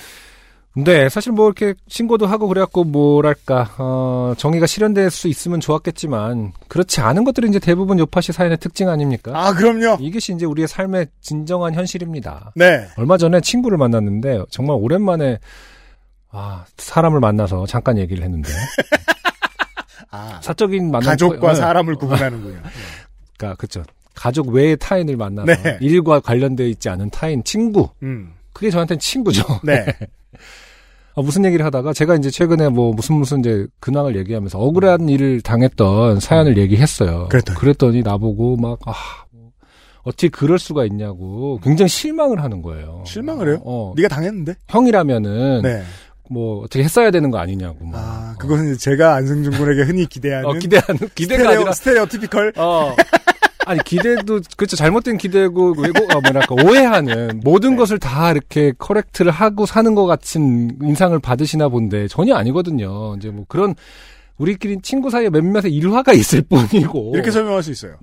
네, 사실 뭐 이렇게 신고도 하고 그래갖고 뭐랄까 어, 정의가 실현될 수 있으면 좋았겠지만 그렇지 않은 것들이 이제 대부분 요파시 사연의 특징 아닙니까?
아, 그럼요.
이것이 이제 우리의 삶의 진정한 현실입니다.
네.
얼마 전에 친구를 만났는데 정말 오랜만에 아, 사람을 만나서 잠깐 얘기를 했는데
아,
사적인 만남
가족과
어,
사람을 구분하는군요.
그러니까 그렇죠. 가족 외의 타인을 만나서
네.
일과 관련돼 있지 않은 타인 친구
음.
그게 저한테는 친구죠. <laughs>
네.
아, 무슨 얘기를 하다가 제가 이제 최근에 뭐 무슨 무슨 이제 근황을 얘기하면서 억울한 일을 당했던 사연을 얘기했어요.
그랬더니?
나보고 막 아, 뭐, 어떻게 그럴 수가 있냐고 굉장히 실망을 하는 거예요.
실망을 해요?
어,
네가 당했는데?
형이라면은
네.
뭐 어떻게 했어야 되는 거 아니냐고. 막.
아, 그것은 이제 제가 안승준 군에게 흔히 기대하는
어,
<laughs>
기대하는 기대가
스테레오,
아니라
스테레오티피컬
어. 아니 기대도 그렇죠 잘못된 기대고 왜곡 아 뭐랄까 오해하는
네.
모든 것을 다 이렇게 커렉트를 하고 사는 것 같은 인상을 받으시나 본데 전혀 아니거든요. 이제 뭐 그런 우리끼리 친구 사이에 몇몇의 일화가 있을 <laughs> 뿐이고 네.
이렇게 설명할 수 있어요.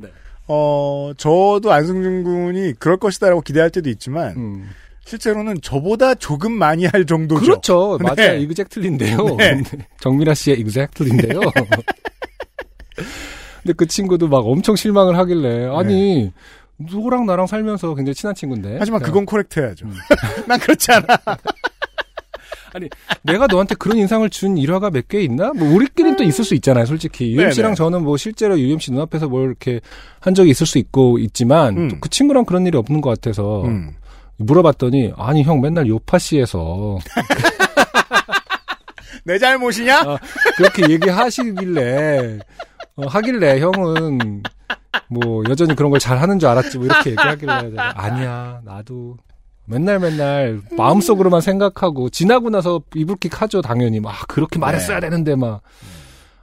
어, 저도 안승준 군이 그럴 것이다라고 기대할 때도 있지만
음.
실제로는 저보다 조금 많이 할 정도죠.
그렇죠
네.
맞아요 이그젝틀인데요
네.
정미라 씨의
<laughs>
이그젝틀인데요. 근데 그 친구도 막 엄청 실망을 하길래 아니 너랑 나랑 살면서 굉장히 친한 친구인데
네. 하지만
그냥
그건 코렉트 해야죠.
음.
<laughs> 난 그렇지 않아.
내가 너한테 그런 인상을 준 일화가 몇 개 있나? 뭐 우리끼리는 또 있을 수 있잖아요, 솔직히. 유엠
음. 네네.
씨랑 저는 뭐 실제로 유엠 씨 눈앞에서 뭘 이렇게 한 적이 있을 수 있고 있지만
음.
또그 친구랑 그런 일이 없는 것 같아서
음.
물어봤더니 아니 형 맨날 요파 씨에서
내 잘못이냐?
아, 그렇게 얘기하시길래 어, 하길래 형은 뭐 여전히 그런 걸 잘하는 줄 알았지 뭐 이렇게 얘기하길래 내가 아니야 나도 맨날 맨날
네.
마음속으로만 생각하고 지나고 나서 이불킥 하죠 당연히 막 아, 그렇게 말했어야 되는데 막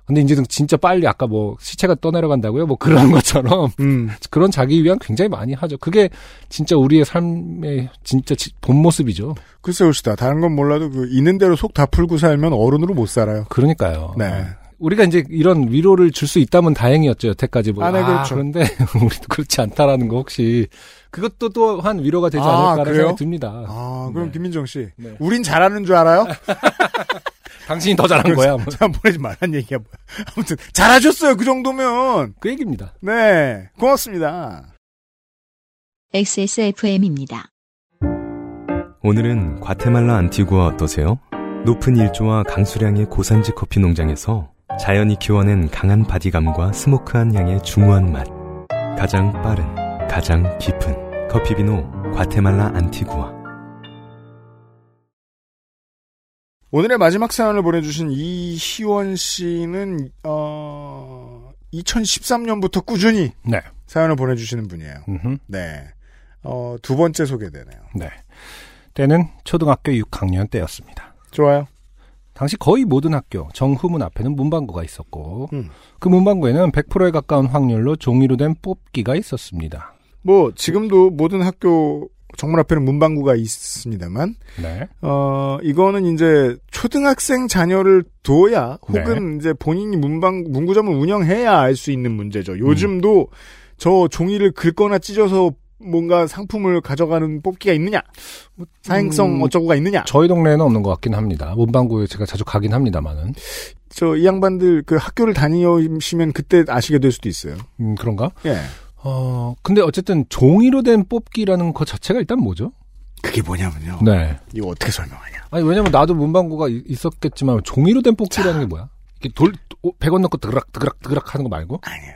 근데 인지등 진짜 빨리 아까 뭐 시체가 떠내려간다고요? 뭐 그런 것처럼
음.
<laughs> 그런 자기 위한 굉장히 많이 하죠. 그게 진짜 우리의 삶의 진짜 지- 본 모습이죠.
글쎄요, 시다. 다른 건 몰라도 그 있는 대로 속 다 풀고 살면 어른으로 못 살아요.
그러니까요.
네.
우리가 이제 이런 위로를 줄 수 있다면 다행이었죠 여태까지 뭐.
아, 네, 그렇죠.
런데 <laughs> 우리도 그렇지 않다라는 거 혹시 그것도 또 한 위로가 되지
아,
않을까라는
그래요?
생각이 듭니다.
아, 그럼 김민정 씨.
네.
우린 잘하는 줄 알아요?
당신이 더 <laughs> 잘한 거야. 뭐.
참 보내지 말란 얘기야. <laughs> 뭐야. 아무튼 잘하셨어요. 그 정도면.
그 얘기입니다.
네. 고맙습니다.
XSFM입니다.
오늘은 과테말라 안티구아 어떠세요? 높은 일조와 강수량의 고산지 커피 농장에서 자연이 키워낸 강한 바디감과 스모크한 향의 중후한 맛. 가장 빠른, 가장 깊은 커피 비노 과테말라 안티구아.
오늘의 마지막 사연을 보내주신 이희원 씨는 어 2013년부터 꾸준히
네.
사연을 보내주시는 분이에요.
음흠.
네. 어, 두 번째 소개되네요.
네. 때는 초등학교 6학년 때였습니다.
좋아요.
당시 거의 모든 학교 정후문 앞에는 문방구가 있었고
음.
그 문방구에는 100%에 가까운 확률로 종이로 된 뽑기가 있었습니다.
뭐 지금도 모든 학교 정문 앞에는 문방구가 있습니다만
네.
어 이거는 이제 초등학생 자녀를 둬야
네.
혹은 이제 본인이 문방 문구점을 운영해야 알 수 있는 문제죠. 요즘도
음.
저 종이를 긁거나 찢어서 뭔가 상품을 가져가는 뽑기가 있느냐 뭐 사행성
음,
어쩌고가 있느냐
저희 동네에는 없는 것 같긴 합니다. 문방구에 제가 자주 가긴 합니다만은
저 이 양반들 그 학교를 다니시면 그때 아시게 될 수도 있어요.
음, 그런가?
예
어 근데 어쨌든 종이로 된 뽑기라는 것 자체가 일단 뭐죠?
그게 뭐냐면요.
네.
이거 어떻게 설명하냐?
아니 왜냐면 나도 문방구가 이- 있었겠지만 종이로 된 뽑기라는 게 뭐야? 이렇게 돌 100원 넣고 드그락 드그락 드그락 하는 거 말고?
아니에요.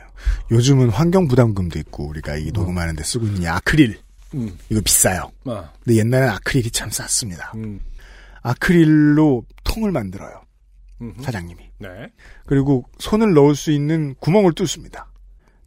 요즘은 환경 부담금도 있고 우리가 이 녹음하는데 쓰고 있는 이 아크릴
음.
이거 비싸요.
아.
근데 옛날엔 아크릴이 참 쌌습니다.
음.
아크릴로 통을 만들어요.
음흠.
사장님이.
네.
그리고 손을 넣을 수 있는 구멍을 뚫습니다.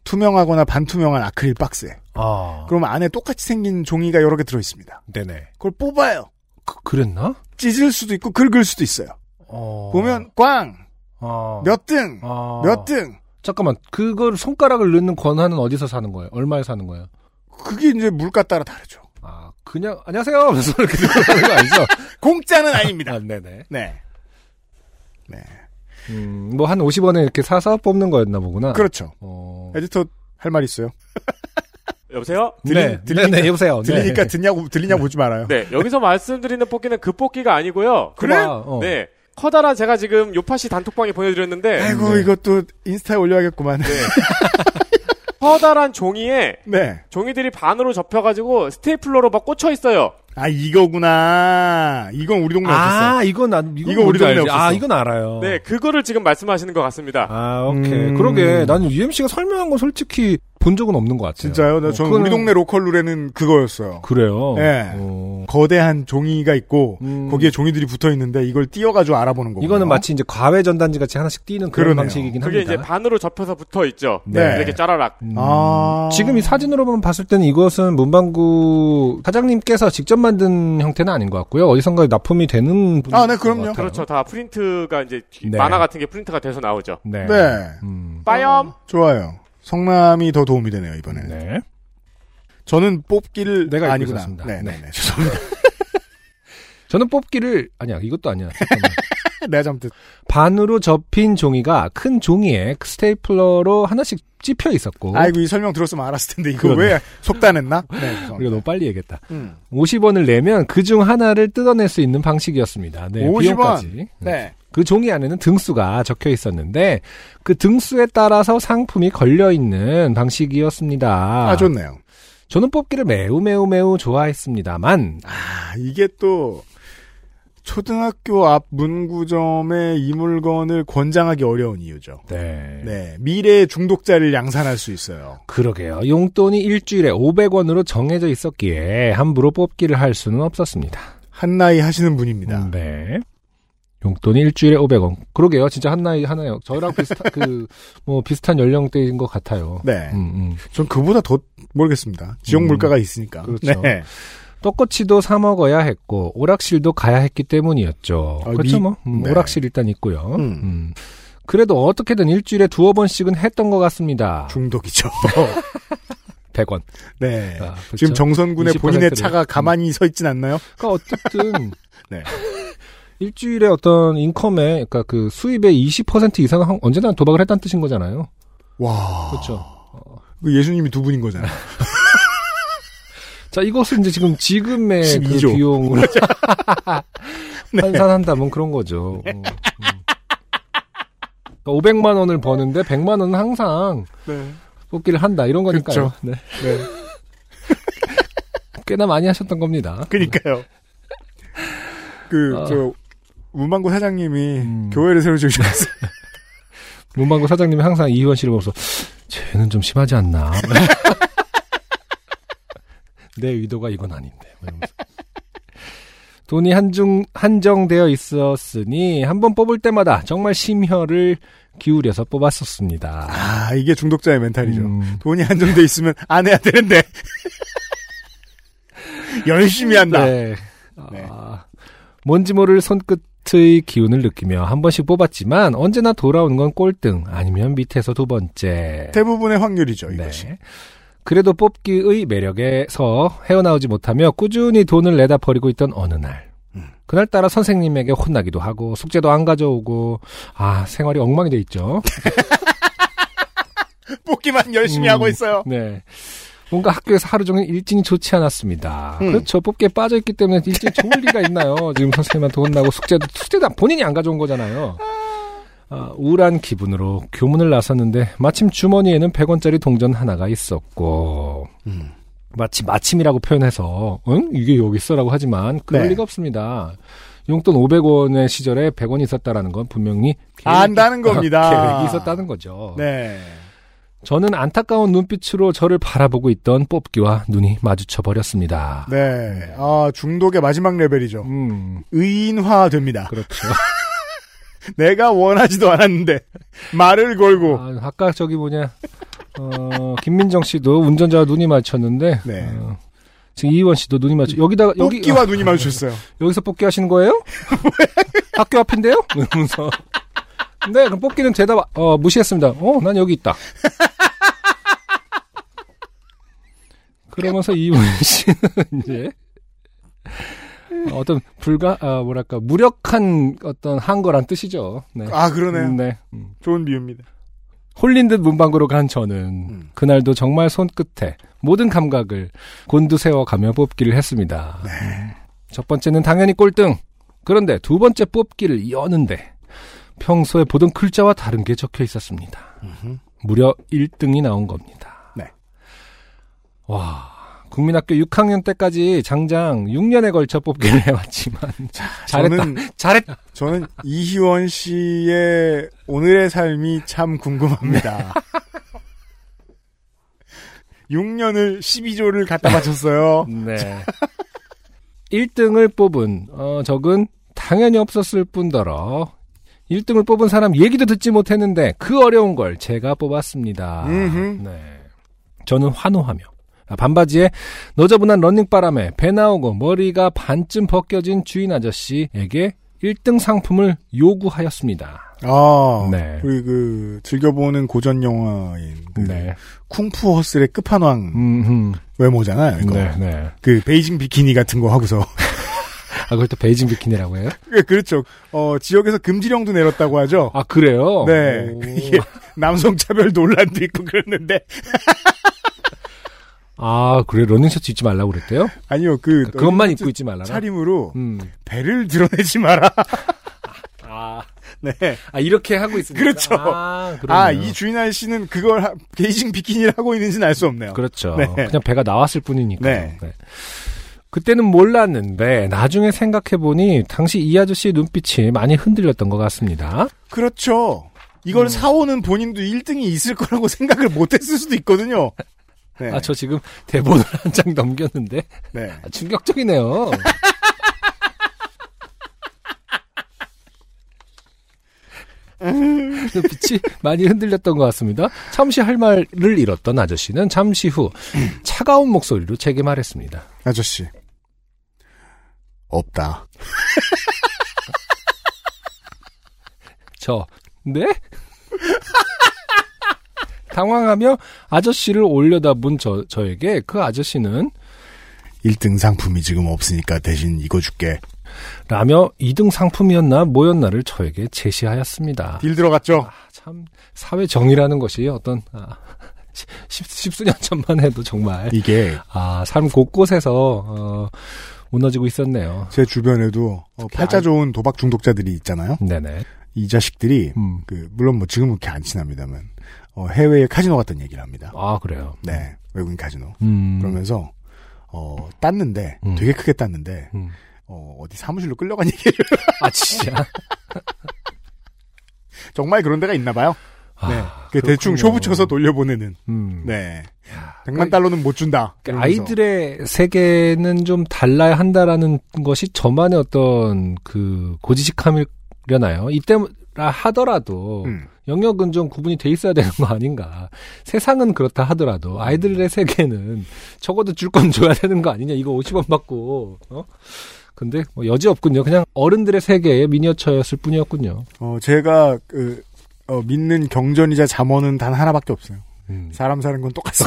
투명하거나 반투명한 아크릴 박스에.
아.
그럼 안에 똑같이 생긴 종이가 여러 개 들어있습니다.
네네.
그걸 뽑아요.
그, 그랬나?
찢을 수도 있고 긁을 수도 있어요.
어.
보면 꽝!
아.
몇 등!
아.
몇 등!
잠깐만 그걸 손가락을 넣는 권한은 어디서 사는 거예요? 얼마에 사는 거예요?
그게 이제 물가 따라 다르죠.
아 그냥 안녕하세요 하면서 이렇게 <laughs> 들어가는 거 아니죠?
공짜는 아닙니다.
아, <laughs> 네네.
네.
음뭐 한 50원에 이렇게 사서 뽑는 거였나 보구나.
그렇죠.
어.
에디터 할 말 있어요?
여보세요?
네,
들리니까-
네네 여보세요.
들리니까
네.
듣냐고, 들리냐 보지 말아요.
네, 여기서 말씀드리는 뽑기는 그 뽑기가 아니고요.
그래?
고마워. 어.
네. 커다란 제가 지금 요파 씨 단톡방에 보내드렸는데
네.
아이고, 이것도 인스타에 올려야겠구만.
커다란 종이에
네.
종이들이 반으로 접혀가지고 스테이플러로 막 꽂혀 있어요.
아 이거구나. 이건 우리 동네 없었어.
아 이건 난 이건
이거 우리
뭔지
동네
알지.
없었어.
아 이건 알아요.
네, 그거를 지금 말씀하시는 것 같습니다.
아 오케이.
음.
그러게 나는 UMC가 설명한 건 솔직히 본 적은 없는 것 같아요.
진짜요? 나
어,
저는
그거는-
우리 동네 로컬 룰에는 그거였어요.
그래요.
예.
어.
거대한 종이가 있고
음.
거기에 종이들이 붙어 있는데 이걸 띄어가지고 알아보는 거고.
이거는 마치 이제 과외 전단지 같이 하나씩 띄는 그런
그러네요.
방식이긴
그게
합니다.
이제 반으로 접혀서 붙어 있죠.
네.
이렇게 짜라락.
음.
아
지금 이 사진으로만 봤을 때는 이것은 문방구 사장님께서 직접 만든 형태는 아닌 것 같고요. 어디선가 납품이 되는
아, 네,
것
그럼요.
같아요.
그렇죠. 다 프린트가 이제 뒤-
네.
만화 같은 게 프린트가 돼서 나오죠.
네.
네
음,
빠염.
좋아요. 성남이 더 도움이 되네요 이번에. 는
네.
저는 뽑기를
내가 입고
아니구나.
있었습니다.
네,
네.
네, 네. 죄송합니다.
저는 뽑기를 아니야 이것도 아니야. 잠깐만. <laughs>
내가 잘못.
반으로 접힌 종이가 큰 종이에 스테이플러로 하나씩 찝혀 있었고.
아이고 이 설명 들었으면 알았을 텐데 이거
어? 그러네.
왜
<laughs>
속단했나? 네.
우리가
죄송합니다.
너무 빨리 얘기했다.
음.
50원을 내면 그 중 하나를 뜯어낼 수 있는 방식이었습니다. 네,
50원.
비용까지.
네.
그 종이 안에는 등수가 적혀 있었는데 그 등수에 따라서 상품이 걸려 있는 방식이었습니다.
아 좋네요.
저는 뽑기를 매우 매우 매우 좋아했습니다만 네.
아, 이게 또 초등학교 앞 문구점의 이 물건을 권장하기 어려운 이유죠.
네.
네, 미래의 중독자를 양산할 수 있어요.
그러게요. 용돈이 일주일에 500원으로 정해져 있었기에 함부로 뽑기를 할 수는 없었습니다.
한 나이 하시는 분입니다.
네. 용돈이 일주일에 500원. 그러게요. 진짜 한 나이 하나요. 저랑 비슷한 <laughs> 그 뭐 비슷한 연령대인 것 같아요.
네,
음, 음.
전 그보다 더 모르겠습니다. 지역
음,
물가가 있으니까.
그렇죠.
네.
떡꼬치도 사 먹어야 했고 오락실도 가야 했기 때문이었죠.
아,
그렇죠
미-
뭐 음,
네.
오락실 일단 있고요.
음.
음. 그래도 어떻게든 일주일에 두어 번씩은 했던 것 같습니다. <laughs>
중독이죠.
100원. 아, 그렇죠.
네. 지금 정선군의
20%
본인의
를-
차가 가만히 서 있진 않나요?
그러니까 어쨌든
<laughs> 네.
일주일에 어떤 인컴의 그러니까 그 수입의 20% 이상은 한- 언제나 도박을 했다는 뜻인 거잖아요.
와.
그렇죠.
그 예수님이 두 분인
<laughs>
거잖아요.
자, 이것을 이제 지금 지금의 그
12조. <laughs> 네.
비용으로 환산한다 면 그런 거죠. 어, 음. 그러니까 500만 원을 버는데 100만 원은 항상
네.
뽑기를 한다 이런 거니까요.
그렇죠.
네.
네.
꽤나 많이 하셨던 겁니다.
그니까요. 그,
아.
저, 문방구 사장님이
음.
교회를 새로 지으셨어요.
문방구 사장님이 항상 이희원 씨를 보면서 쟤는 좀 심하지 않나. <laughs> 내 의도가 이건 아닌데. 막 이러면서. 돈이 한중 한정되어 있었으니 한 번 뽑을 때마다 정말 심혈을 기울여서 뽑았었습니다.
<laughs> 아, 이게 중독자의 멘탈이죠.
음.
돈이 한정돼 있으면 안 해야 되는데. <laughs> 열심히 한다.
네.
네.
아, 뭔지 모를 손끝의 기운을 느끼며 한 번씩 뽑았지만 언제나 돌아오는 건 꼴등 아니면 밑에서 두 번째.
대부분의 확률이죠, 이것이.
네. 그래도 뽑기의 매력에서 헤어나오지 못하며 꾸준히 돈을 내다 버리고 있던 어느 날.
음.
그날따라 선생님에게 혼나기도 하고 숙제도 안 가져오고 아 생활이 엉망이 돼 있죠.
<laughs> 뽑기만 열심히
네. 음.
하고 있어요.
네. 뭔가 학교에서 하루 종일 일진이 좋지 않았습니다.
음.
그렇죠. 뽑기에 빠져 있기 때문에 일진이 좋을 리가 있나요? <laughs> 지금 선생님한테 혼나고 숙제도 숙제도 본인이 안 가져온 거잖아요. 아, 우울한 기분으로 교문을 나섰는데 마침 주머니에는 100원짜리 동전 하나가 있었고
음.
마치 마침이라고 표현해서 응? 이게 여기 있어라고 하지만 그럴
네.
리가 없습니다. 용돈 500원의 시절에 100원이 있었다라는 건 분명히 계획이-
안다는
<laughs>
겁니다.
계획이 있었다는 거죠.
네.
저는 안타까운 눈빛으로 저를 바라보고 있던 뽑기와 눈이 마주쳐 버렸습니다.
네. 아, 중독의 마지막 레벨이죠.
음,
의인화 됩니다.
그렇죠.
<laughs> 내가 원하지도 않았는데, 말을 걸고,
아, 아까 저기 뭐냐, 어, 김민정 씨도 운전자와 눈이 마주쳤는데,
네.
어, 지금 이희원 씨도 눈이 마주, 여기다가, 여기,
뽑기와
아,
눈이 마주쳤어요.
여기서 뽑기 하시는
<laughs>
거예요? 학교 앞인데요? 이러면서. 네, 그럼 뽑기는 대답, 어, 무시했습니다. 어, 난 여기 있다. 그러면서 이분 씨는 이제, 어떤 불가, 아, 뭐랄까, 무력한 어떤 한거란 뜻이죠. <laughs> 네.
아, 그러네요.
음, 네. 음.
좋은 비유입니다.
홀린 듯 문방구로 간 저는
음.
그날도 정말 손끝에 모든 감각을 곤두세워 가며 뽑기를 했습니다. 음. 첫 번째는 당연히 꼴등. 그런데 두 번째 뽑기를 여는데 평소에 보던 글자와 다른 게 적혀 있었습니다. 무려 1등이 나온 겁니다.
네.
와, 국민학교 6학년 때까지 장장 6년에 걸쳐 뽑기를 <laughs> 해왔지만 잘했다.
저는
잘했
저는 이희원 씨의 오늘의 삶이 참 궁금합니다.
네.
<laughs> 6년을 12조를
<laughs>
갖다 바쳤어요.
네. 1등을 뽑은 어, 적은 당연히 없었을 뿐더러 1등을 뽑은 사람 얘기도 듣지 못했는데 그 어려운 걸 제가 뽑았습니다.
음흠.
네. 저는 환호하며 아, 반바지에 너저분한 러닝바람에 배 나오고 머리가 반쯤 벗겨진 주인 아저씨에게 1등 상품을 요구하였습니다.
아,
네.
우리 그 즐겨보는 고전 영화인 그
네.
쿵푸 허슬의 끝판왕
음, 음.
외모잖아요. 이거.
네, 네.
그 베이징 비키니 같은 거 하고서 <laughs>
아, 그걸 또 베이징 비키니라고 해요?
그- 그렇죠. 어 지역에서 금지령도 내렸다고 하죠.
아, 그래요?
네.
오.
이게 남성 차별 논란도 있고 그랬는데
아, 그래. 러닝셔츠 입지 말라고 그랬대요?
아니요 그
그것만 입고 있지 말라.
차림으로
음.
배를 드러내지 마라. <laughs>
아,
네.
아, 이렇게 하고 있습니다.
그렇죠.
아, 그러네요.
아, 이 주인 아저씨는 그걸 하- 베이징 비키니를 하고 있는지는 알 수 없네요.
그렇죠.
네.
그냥 배가 나왔을 뿐이니까.
네.
요 그때는 몰랐는데 나중에 생각해 보니 당시 이 아저씨의 눈빛이 많이 흔들렸던 것 같습니다.
그, 렇죠
음.
이걸 사오는 본인도 1등이 있을 거라고 <laughs> 생각을 못했을 수도 있거든요. 네.
아, 저 지금 대본을 <laughs> 한 장 넘겼는데
네.
아, 충격적이네요. 그 빛이 많이 흔들렸던 것 같습니다. 잠시 할 말을 잃었던 아저씨는 잠시 후 차가운 목소리로 제게 말했습니다.
아저씨. 없다.
저 네? <laughs> 당황하며 아저씨를 올려다본 저, 저에게 그 아저씨는
1등 상품이 지금 없으니까 대신 이거 줄게.
라며 2등 상품이었나 뭐였나를 저에게 제시하였습니다.
딜 들어갔죠?
아, 참 사회 정의라는 것이 어떤 아, <laughs> 십, 십- 십수년 전만 해도 정말
이게
아, 삶 곳곳에서 어, 무너지고 있었네요.
제 주변에도 어, 팔자 좋은 도박 중독자들이 있잖아요.
네네.
이 자식들이
음.
그 물론 뭐 지금은 그렇게 안 친합니다만 어, 해외에 카지노 갔다는 얘기를 합니다.
아 그래요.
네, 외국인 카지노.
음.
그러면서 어, 땄는데
음.
되게 크게 땄는데
음.
어, 어디 사무실로 끌려간 <laughs> 얘기를
아 <laughs> 진짜.
정말 그런 데가 있나 봐요. 네,
아,
그 대충
그렇군요.
쇼 붙여서 돌려보내는.
음.
네, 100만 달러는 못 준다.
그
그러면서.
아이들의 세계는 좀 달라야 한다라는 것이 저만의 어떤 그 고지식함이려나요? 이때라 하더라도
음.
영역은 좀 구분이 돼 있어야 되는 거 아닌가. 세상은 그렇다 하더라도 아이들의 세계는 적어도 줄 건 줘야 되는 거 아니냐. 이거 50원 받고. 어? 근데 뭐 여지 없군요. 그냥 어른들의 세계의 미니어처였을 뿐이었군요.
어, 제가 그 어, 믿는 경전이자 잠언은 단 하나밖에 없어요.
음.
사람 사는 건 똑같아.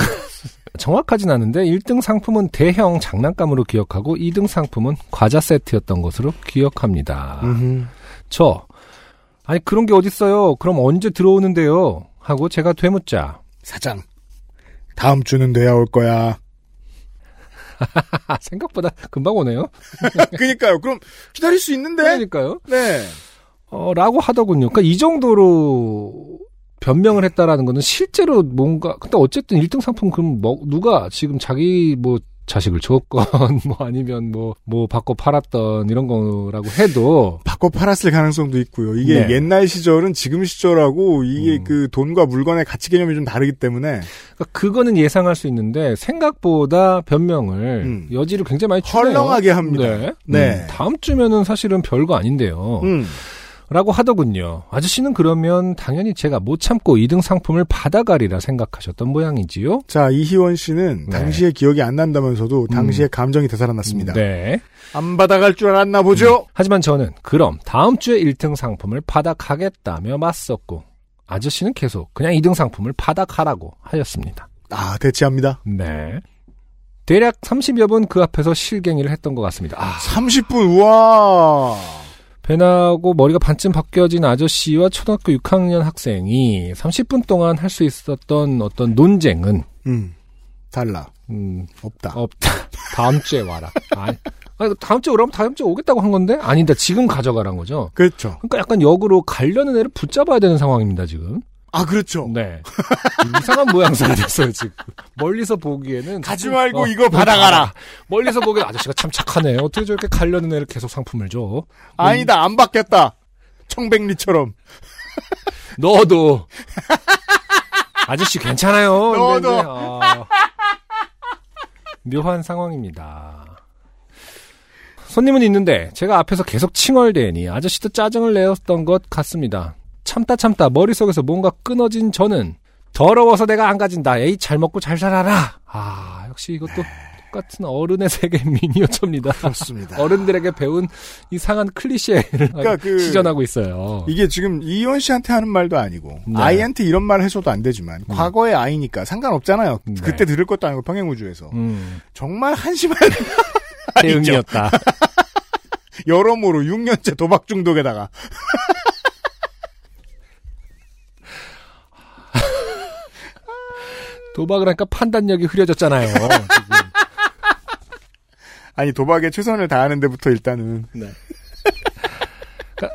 정확하진 않은데 1등 상품은 대형 장난감으로 기억하고 2등 상품은 과자 세트였던 것으로 기억합니다.
음.
저 아니 그런 게 어딨어요. 그럼 언제 들어오는데요? 하고 제가 되묻자
사장. 다음 주는 돼야 올 거야.
아, 생각보다 금방 오네요.
<laughs> 그니까요. 그럼 기다릴 수 있는데.
그러니까요.
네.
어, 라고 하더군요. 그러니까 이 정도로 변명을 했다라는 거는 실제로 뭔가 근데 어쨌든 1등 상품 그럼 뭐 누가 지금 자기 뭐 자식을 줬건 <laughs> 뭐 아니면 뭐 뭐 받고 팔았던 이런 거라고 해도
바꿔 팔았을 가능성도 있고요. 이게
네.
옛날 시절은 지금 시절하고 이게
음.
그 돈과 물건의 가치 개념이 좀 다르기 때문에
그거는 예상할 수 있는데 생각보다 변명을
음.
여지를 굉장히 많이 주네요.
헐렁하게 합니다.
네.
네.
음, 다음 주면은 사실은 별거 아닌데요.
음.
라고 하더군요. 아저씨는 그러면 당연히 제가 못 참고 2등 상품을 받아가리라 생각하셨던 모양이지요.
자, 이희원 씨는
네.
당시에 기억이 안 난다면서도 당시에 감정이 되살아났습니다.
네.
음. 안 받아갈 줄 알았나 보죠?
하지만 저는 그럼 다음 주에 1등 상품을 받아가겠다며 맞섰고 아저씨는 계속 그냥 2등 상품을 받아가라고 하였습니다.
아, 대치합니다.
네. 대략 30여 분 그 앞에서 실갱이를 했던 것 같습니다. 아,
30분, 우와!
배나고 머리가 반쯤 바뀌어진 아저씨와 초등학교 6학년 학생이 30분 동안 할 수 있었던 어떤 논쟁은
음. 달라.
음,
없다.
없다. <laughs> 다음 주에 와라. 아니, 아니, 다음 주에 오라면 다음 주에 오겠다고 한 건데 아니다. 지금 가져가란 거죠.
그렇죠.
그러니까 약간 역으로 가려는 애를 붙잡아야 되는 상황입니다 지금.
아, 그렇죠.
네. 이상한 모양새가 됐어요 지금. 멀리서 보기에는
가지
조금,
말고
어,
이거 받아가라.
멀리서 보기엔 아저씨가 참 착하네. 어떻게 저렇게 가려는 애를 계속 상품을 줘?
아니다, 안 받겠다. 청백리처럼.
너도 <laughs> 아저씨 괜찮아요.
너도.
근데 이제, 아, 묘한 상황입니다. 손님은 있는데 제가 앞에서 계속 칭얼대니 아저씨도 짜증을 내었던 것 같습니다. 참다 참다 머릿속에서 뭔가 끊어진 저는 더러워서 내가 안 가진다. 에이 잘 먹고 잘 살아라. 아 역시
네.
이것도 똑같은 어른의 세계
<laughs>
미니어처입니다.
그렇습니다.
어른들에게 배운 이상한 클리셰를
그러니까 그-
시전하고 있어요.
이게 지금 이현 씨한테 하는 말도 아니고
네. 음.
아이한테 이런 말 해줘도 안 되지만 과거의 아이니까 상관없잖아요.
네.
그때 들을 것도 아니고 평행우주에서
음,
정말 한심한 <laughs> 아니죠.
대응이었다.
여러모로 6년째 도박 중독에다가
도박을 하니까 판단력이 흐려졌잖아요. <laughs>
아니 도박에 최선을 다하는 데부터 일단은
그러니까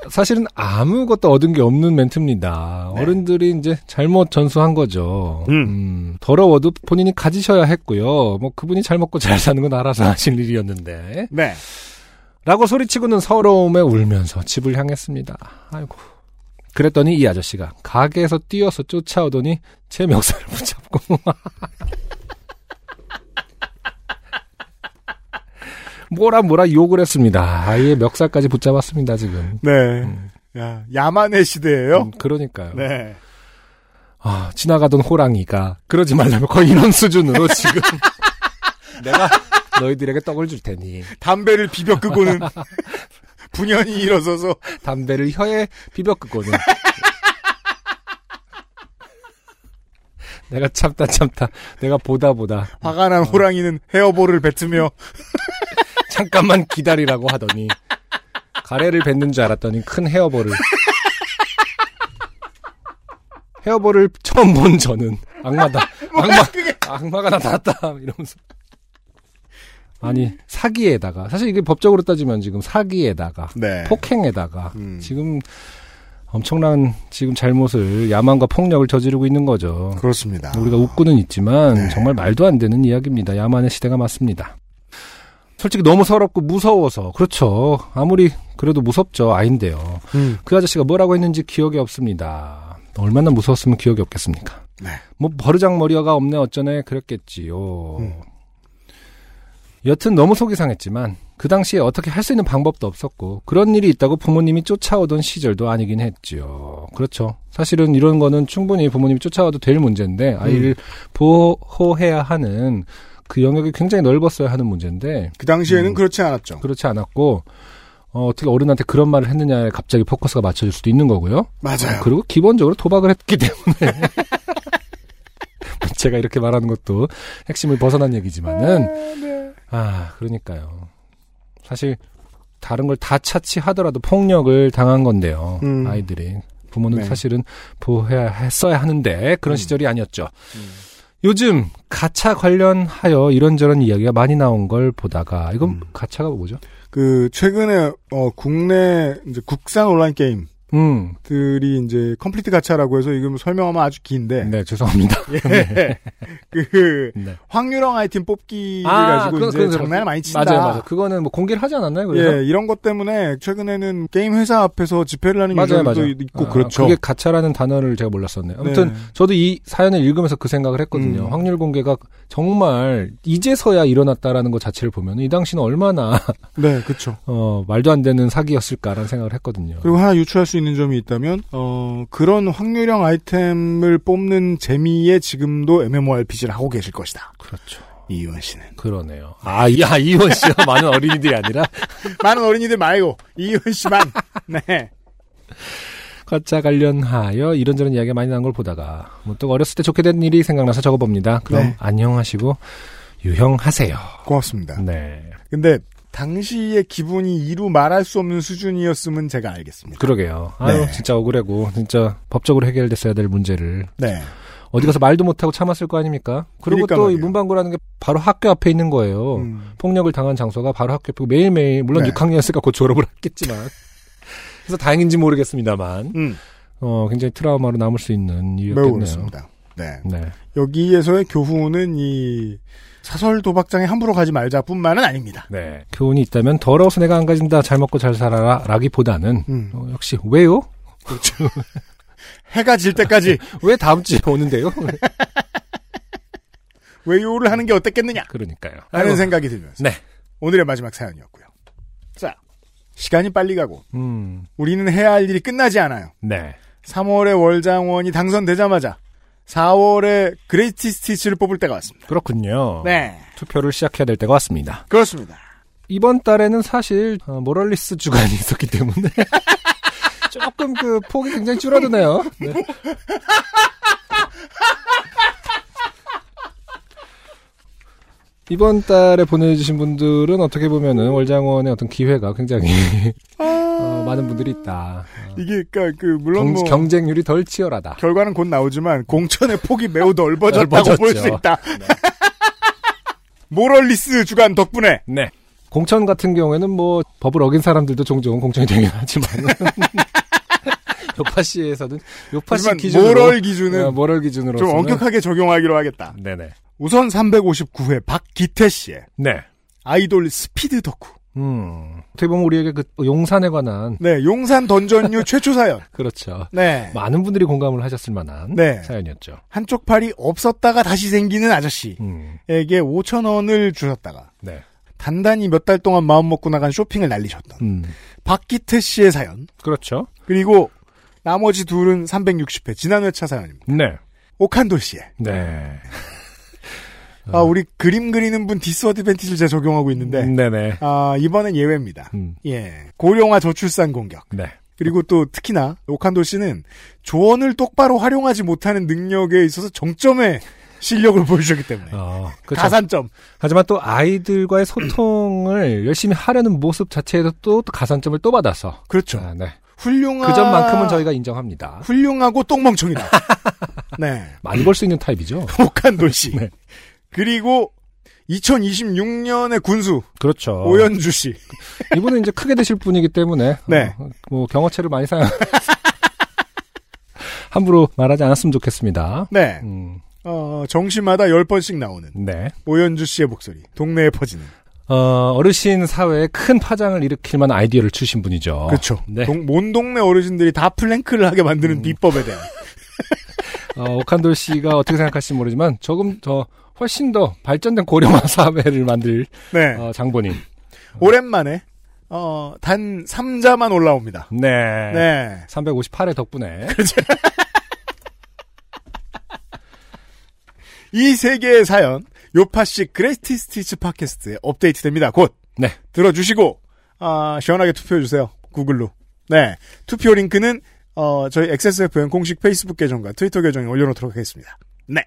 사실은 아무것도 얻은 게 없는 멘트입니다.
네.
어른들이 이제 잘못 전수한 거죠.
음.
음, 더러워도 본인이 가지셔야 했고요. 뭐 그분이 잘 먹고 잘 사는 건 알아서 <laughs> 하실 일이었는데.
네
라고 소리치고는 서러움에 울면서 집을 향했습니다. 아이고. 그랬더니 이 아저씨가 가게에서 뛰어서 쫓아오더니 제 멱살을 <laughs> 붙잡고 뭐라 뭐라 욕을 했습니다. 아이의 멱살까지 붙잡았습니다 지금.
네. 야, 야만의 시대예요.
음, 그러니까요.
네.
아, 지나가던 호랑이가 그러지 말라면 거의 이런 수준으로 지금 내가 너희들에게 떡을 줄 테니
담배를 비벼
<laughs>
끄고는 분연히 일어서서
담배를 혀에 비벼 끄고는 <laughs> 내가 참다 참다. 내가 보다 보다.
화가 난 호랑이는 헤어볼을 뱉으며
잠깐만 기다리라고 하더니 가래를 뱉는 줄 알았더니 큰 헤어볼을 헤어볼을 처음 본 저는 악마다 악마 악마가 나타났다 이러면서 아니 사기에다가 사실 이게 법적으로 따지면 지금 사기에다가
네.
폭행에다가
음.
지금 엄청난 지금 잘못을 야만과 폭력을 저지르고 있는 거죠.
그렇습니다.
우리가 웃고는 있지만
네.
정말 말도 안 되는 이야기입니다. 야만의 시대가 맞습니다. 솔직히 너무 서럽고 무서워서 그렇죠. 아무리 그래도 무섭죠. 아인데요.
음.
그 아저씨가 뭐라고 했는지 기억이 없습니다. 얼마나 무서웠으면 기억이 없겠습니까?
네.
뭐 버르장머리가 없네 어쩌네 그랬겠지요.
음.
여튼 너무 속이 상했지만 그 당시에 어떻게 할 수 있는 방법도 없었고 그런 일이 있다고 부모님이 쫓아오던 시절도 아니긴 했죠. 그렇죠. 사실은 이런 거는 충분히 부모님이 쫓아와도 될 문제인데
음.
아이를 보호해야 하는 그 영역이 굉장히 넓었어야 하는 문제인데
그 당시에는
음.
그렇지 않았죠.
그렇지 않았고 어, 떻게 어른한테 그런 말을 했느냐에 갑자기 포커스가 맞춰질 수도 있는 거고요.
맞아요.
그리고 기본적으로 도박을 했기 때문에 <laughs> 제가 이렇게 말하는 것도 핵심을 벗어난 얘기지만은 아 그러니까요. 사실 다른 걸 다 차치하더라도 폭력을 당한 건데요.
음.
아이들이 부모는
네.
사실은 보호해야 했어야 하는데 그런
음.
시절이 아니었죠. 요즘 가차 관련하여 이런저런 이야기가 많이 나온 걸 보다가 이건
음.
가차가 뭐죠?
그 최근에 어, 국내 이제 국산 온라인 게임들이
음,
이제 컴플리트 가차라고 해서 이거 뭐 설명하면 아주 긴데
네 죄송합니다.
<laughs> 그
네.
황유령 아이템 뽑기를
아,
가지고
그건-
이제
그건
장난을
그렇죠.
많이 친다.
맞아요, 맞아요. 그거는 뭐 공개를 하지 않았나요? 그래서
예, 이런 것 때문에 최근에는 게임 회사 앞에서 집회를 하는
맞아요,
유저들도
맞아요.
있고
아,
그렇죠.
그게 가차라는 단어를 제가 몰랐었네요. 아무튼
네.
저도 이 사연을 읽으면서 그 생각을 했거든요.
음.
확률 공개가 정말 이제서야 일어났다라는 것 자체를 보면 이 당시는 얼마나 <laughs>
네, 그렇죠.
어, 말도 안 되는 사기였을까라는 생각을 했거든요.
그리고 하나 유추할 수 있는 점이 있다면 어, 그런 확률형 아이템을 뽑는 재미에 지금도 MMORPG를 하고 계실 것이다.
그렇죠.
이유원 씨는
<laughs> 그러네요. 아, 이- 야, 이원 씨와 <laughs> 많은 어린이들이 아니라
많은 어린이들 말고 이유원 <laughs> 씨만 네.
가짜 관련하여 이런저런 이야기가 많이 난 걸 보다가 뭐또 어렸을 때 좋게 된 일이 생각나서 적어봅니다. 그럼
네.
안녕하시고 유형하세요.
고맙습니다.
네.
근데 당시의 기분이 이루 말할 수 없는 수준이었음은 제가 알겠습니다.
그러게요. 아유,
네.
진짜 억울하고 진짜 법적으로 해결됐어야 될 문제를
네.
어디 가서 말도 못하고 참았을 거 아닙니까? 그리고
그러니까
또 이
말이에요.
문방구라는 게 바로 학교 앞에 있는 거예요.
음.
폭력을 당한 장소가 바로 학교 앞이고 매일매일 물론
네.
6학년이었으니까 곧 졸업을
<laughs>
했겠지만 그래서 다행인지 모르겠습니다만
음,
어, 굉장히 트라우마로 남을 수 있는
매우
이유였겠네요.
그렇습니다. 네.
네.
여기에서의 교훈은 이 사설 도박장에 함부로 가지 말자뿐만은 아닙니다.
네. 교훈이 있다면 더러워서 내가 안 가진다 잘 먹고 잘 살아라 라기보다는
음.
어, 역시 왜요?
해가 질 때까지
<laughs> 왜 다음 주에
<laughs>
오는데요? <laughs>
외유를 하는 게 어땠겠느냐
그러니까요.
하는
아이고,
생각이 들면서
네.
오늘의 마지막 사연이었고요. 자, 시간이 빨리 가고
음.
우리는 해야 할 일이 끝나지 않아요.
네.
3월에 월장원이 당선되자마자 4월에 그레이티 스티치를 뽑을 때가 왔습니다.
그렇군요.
네,
투표를 시작해야 될 때가 왔습니다.
그렇습니다.
이번 달에는 사실 어, 모럴리스 주간이 <laughs> 있었기 때문에 조금 그 폭이 굉장히 줄어드네요. 네. 이번 달에 보내주신 분들은 어떻게 보면은 월장원의 어떤 기회가 굉장히 어, 많은 분들이 있다.
이게 그러니까 아. 그 물론
경,
뭐
경쟁률이 덜 치열하다.
결과는 곧 나오지만 공천의 폭이 매우
<laughs>
넓어졌다고
넓어졌죠. 네.
볼 수 있다. <laughs> 모럴리스 주간 덕분에
네. 공천 같은 경우에는 뭐 법을 어긴 사람들도 종종 공천이 되긴 하지만
<laughs>
요파시에서는 요파시
하지만
기준으로
모럴 기준은
아, 모럴 기준으로
좀 엄격하게 적용하기로 하겠다.
네네
우선 359회 박기태 씨의
네.
아이돌 스피드 덕후.
음 어떻게 보면 우리에게 그 용산에 관한
네,
<laughs>
용산 던전류 최초 사연.
그렇죠.
네.
많은 분들이 공감을 하셨을 만한
네.
사연이었죠.
한쪽 팔이 없었다가 다시 생기는 아저씨에게
음,
5천 원을 주셨다가
네.
단단히 몇 달 동안 마음 먹고 나간 쇼핑을 날리셨던
음,
박기태 씨의 사연.
그렇죠.
그리고 나머지 둘은 360회 지난 회차 사연입니다.
네.
오칸도 씨의.
네.
아, 우리 그림 그리는 분 디스어드벤티지를 제가
음.
적용하고 있는데
네네.
아, 이번엔 예외입니다.
음,
예. 고령화 저출산 공격.
네.
그리고 또 특히나 오칸도 씨는 조언을 똑바로 활용하지 못하는 능력에 있어서 정점의 실력을 보여주셨기 때문에
어, 그렇죠.
가산점.
하지만 또 아이들과의 소통을 열심히 하려는 모습 자체에서 또, 또 가산점을 또 받아서
그렇죠.
아, 네.
훌륭한
그
아.
점만큼은 저희가 인정합니다.
훌륭하고 똥멍청이다.
<laughs>
네.
많이 벌 수 있는 타입이죠.
혹한도 씨.
네.
그리고 2026년의 군수
<laughs> 그렇죠.
오연주 씨.
이분은 이제 크게 되실 분이기 때문에
네.
어, 뭐 경어체를 많이 사용. <laughs> 함부로 말하지 않았으면 좋겠습니다.
네.
음,
어, 정시마다 10번씩 나오는
네.
오연주 씨의 목소리. 동네에 퍼지는.
어, 어르신 사회에 큰 파장을 일으킬 만한 아이디어를 주신 분이죠.
그렇죠.
네. 음.
동, 몬 동네 어르신들이 다 플랭크를 하게 만드는 비법에 대한.
어, 오칸돌 씨가 어떻게 생각하실지 모르지만 조금 더 훨씬 더 발전된 고령화 <laughs> 사회를 만들
네.
<laughs> 어, 장본인.
오랜만에 어, 단 3자만 올라옵니다.
네. 그렇죠.
네.
358회 덕분에
이 세 개의 사연 요파식 그레이티 스티치 팟캐스트에 업데이트됩니다. 곧
네.
들어주시고 아, 시원하게 투표해 주세요. 구글로. 네. 투표 링크는 어, 저희 XSFM 공식 페이스북 계정과 트위터 계정에 올려놓도록 하겠습니다. 네.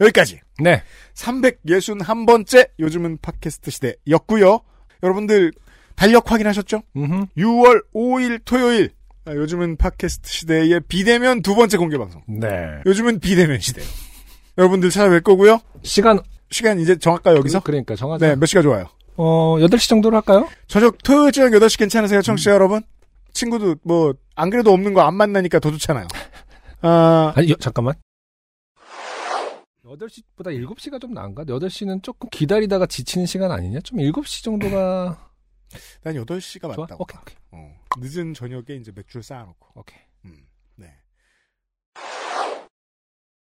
여기까지.
네.
361번째 요즘은 팟캐스트 시대였고요. 여러분들 달력 확인하셨죠?
음흠.
6월 5일 토요일 아, 요즘은 팟캐스트 시대의 비대면 두 번째 공개 방송.
네.
요즘은 비대면 시대요. 여러분들 찾아뵐 거고요.
시간
시간 이제 정할까요 여기서?
그러니까 정하자.
네, 몇 시가 좋아요?
어, 8시 정도로 할까요?
저녁 토요일 저녁 8시 괜찮으세요, 청취자
음.
여러분? 친구도 뭐 안 그래도 없는 거 안 만나니까 더 좋잖아요. 아,
아니, 여- 잠깐만. 8시보다 7시가 좀 나은가? 8시는 조금 기다리다가 지치는 시간 아니냐? 좀 7시 정도가
난 8시가
좋아?
음, 맞다고.
오케이, 오케이.
어, 늦은 저녁에 이제 맥주를 쌓아놓고.
오케이.
음, 네.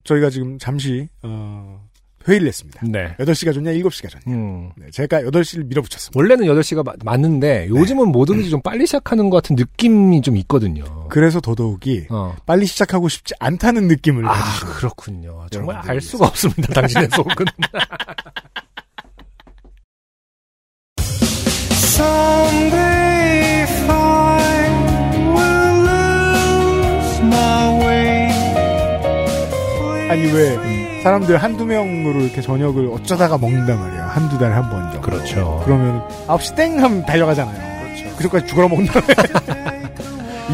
저희가 지금 잠시 어, 회의를 했습니다.
네.
8시가 좋냐, 7시가 좋냐.
음.
네, 제가 8시를 밀어붙였습니다.
원래는 8시가 마- 맞는데 요즘은
네.
뭐든지 좀 빨리 시작하는 것 같은 느낌이 좀 있거든요.
그래서 더더욱이
어.
빨리 시작하고 싶지 않다는 느낌을
아,
가지시고
그렇군요. 정말
여러분들을
알 수가 없습니다. 당신의 속은.
아니 왜 사람들 한두 명으로 이렇게 저녁을 어쩌다가 먹는단 말이야 한두 달에 한 번 정도
그렇죠.
<laughs> 그러면 9시 땡 하면 달려가잖아요 어. 그렇죠 그저까지 죽어라 먹는 <laughs> 다음에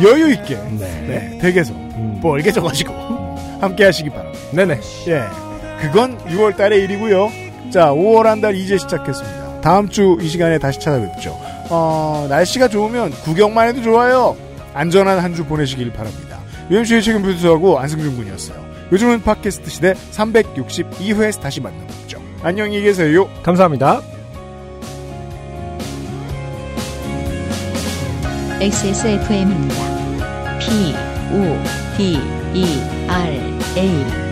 여유 있게
네.
네 음. 댁에서
음.
멀게 적으시고 함께 하시기 바랍니다
네네.
예 그건 6월 달의 일이고요 자 5월 한 달 이제 시작했습니다 다음 주 이 시간에 다시 찾아뵙죠 어 날씨가 좋으면 구경만 해도 좋아요 안전한 한 주 보내시길 바랍니다 UMC의 책임 교수하고 안승준 군이었어요 요즘은 팟캐스트 시대 362회에서 다시 만나뵙죠 안녕히 계세요
감사합니다.
XSFM입니다. P, O, D, E, R, A.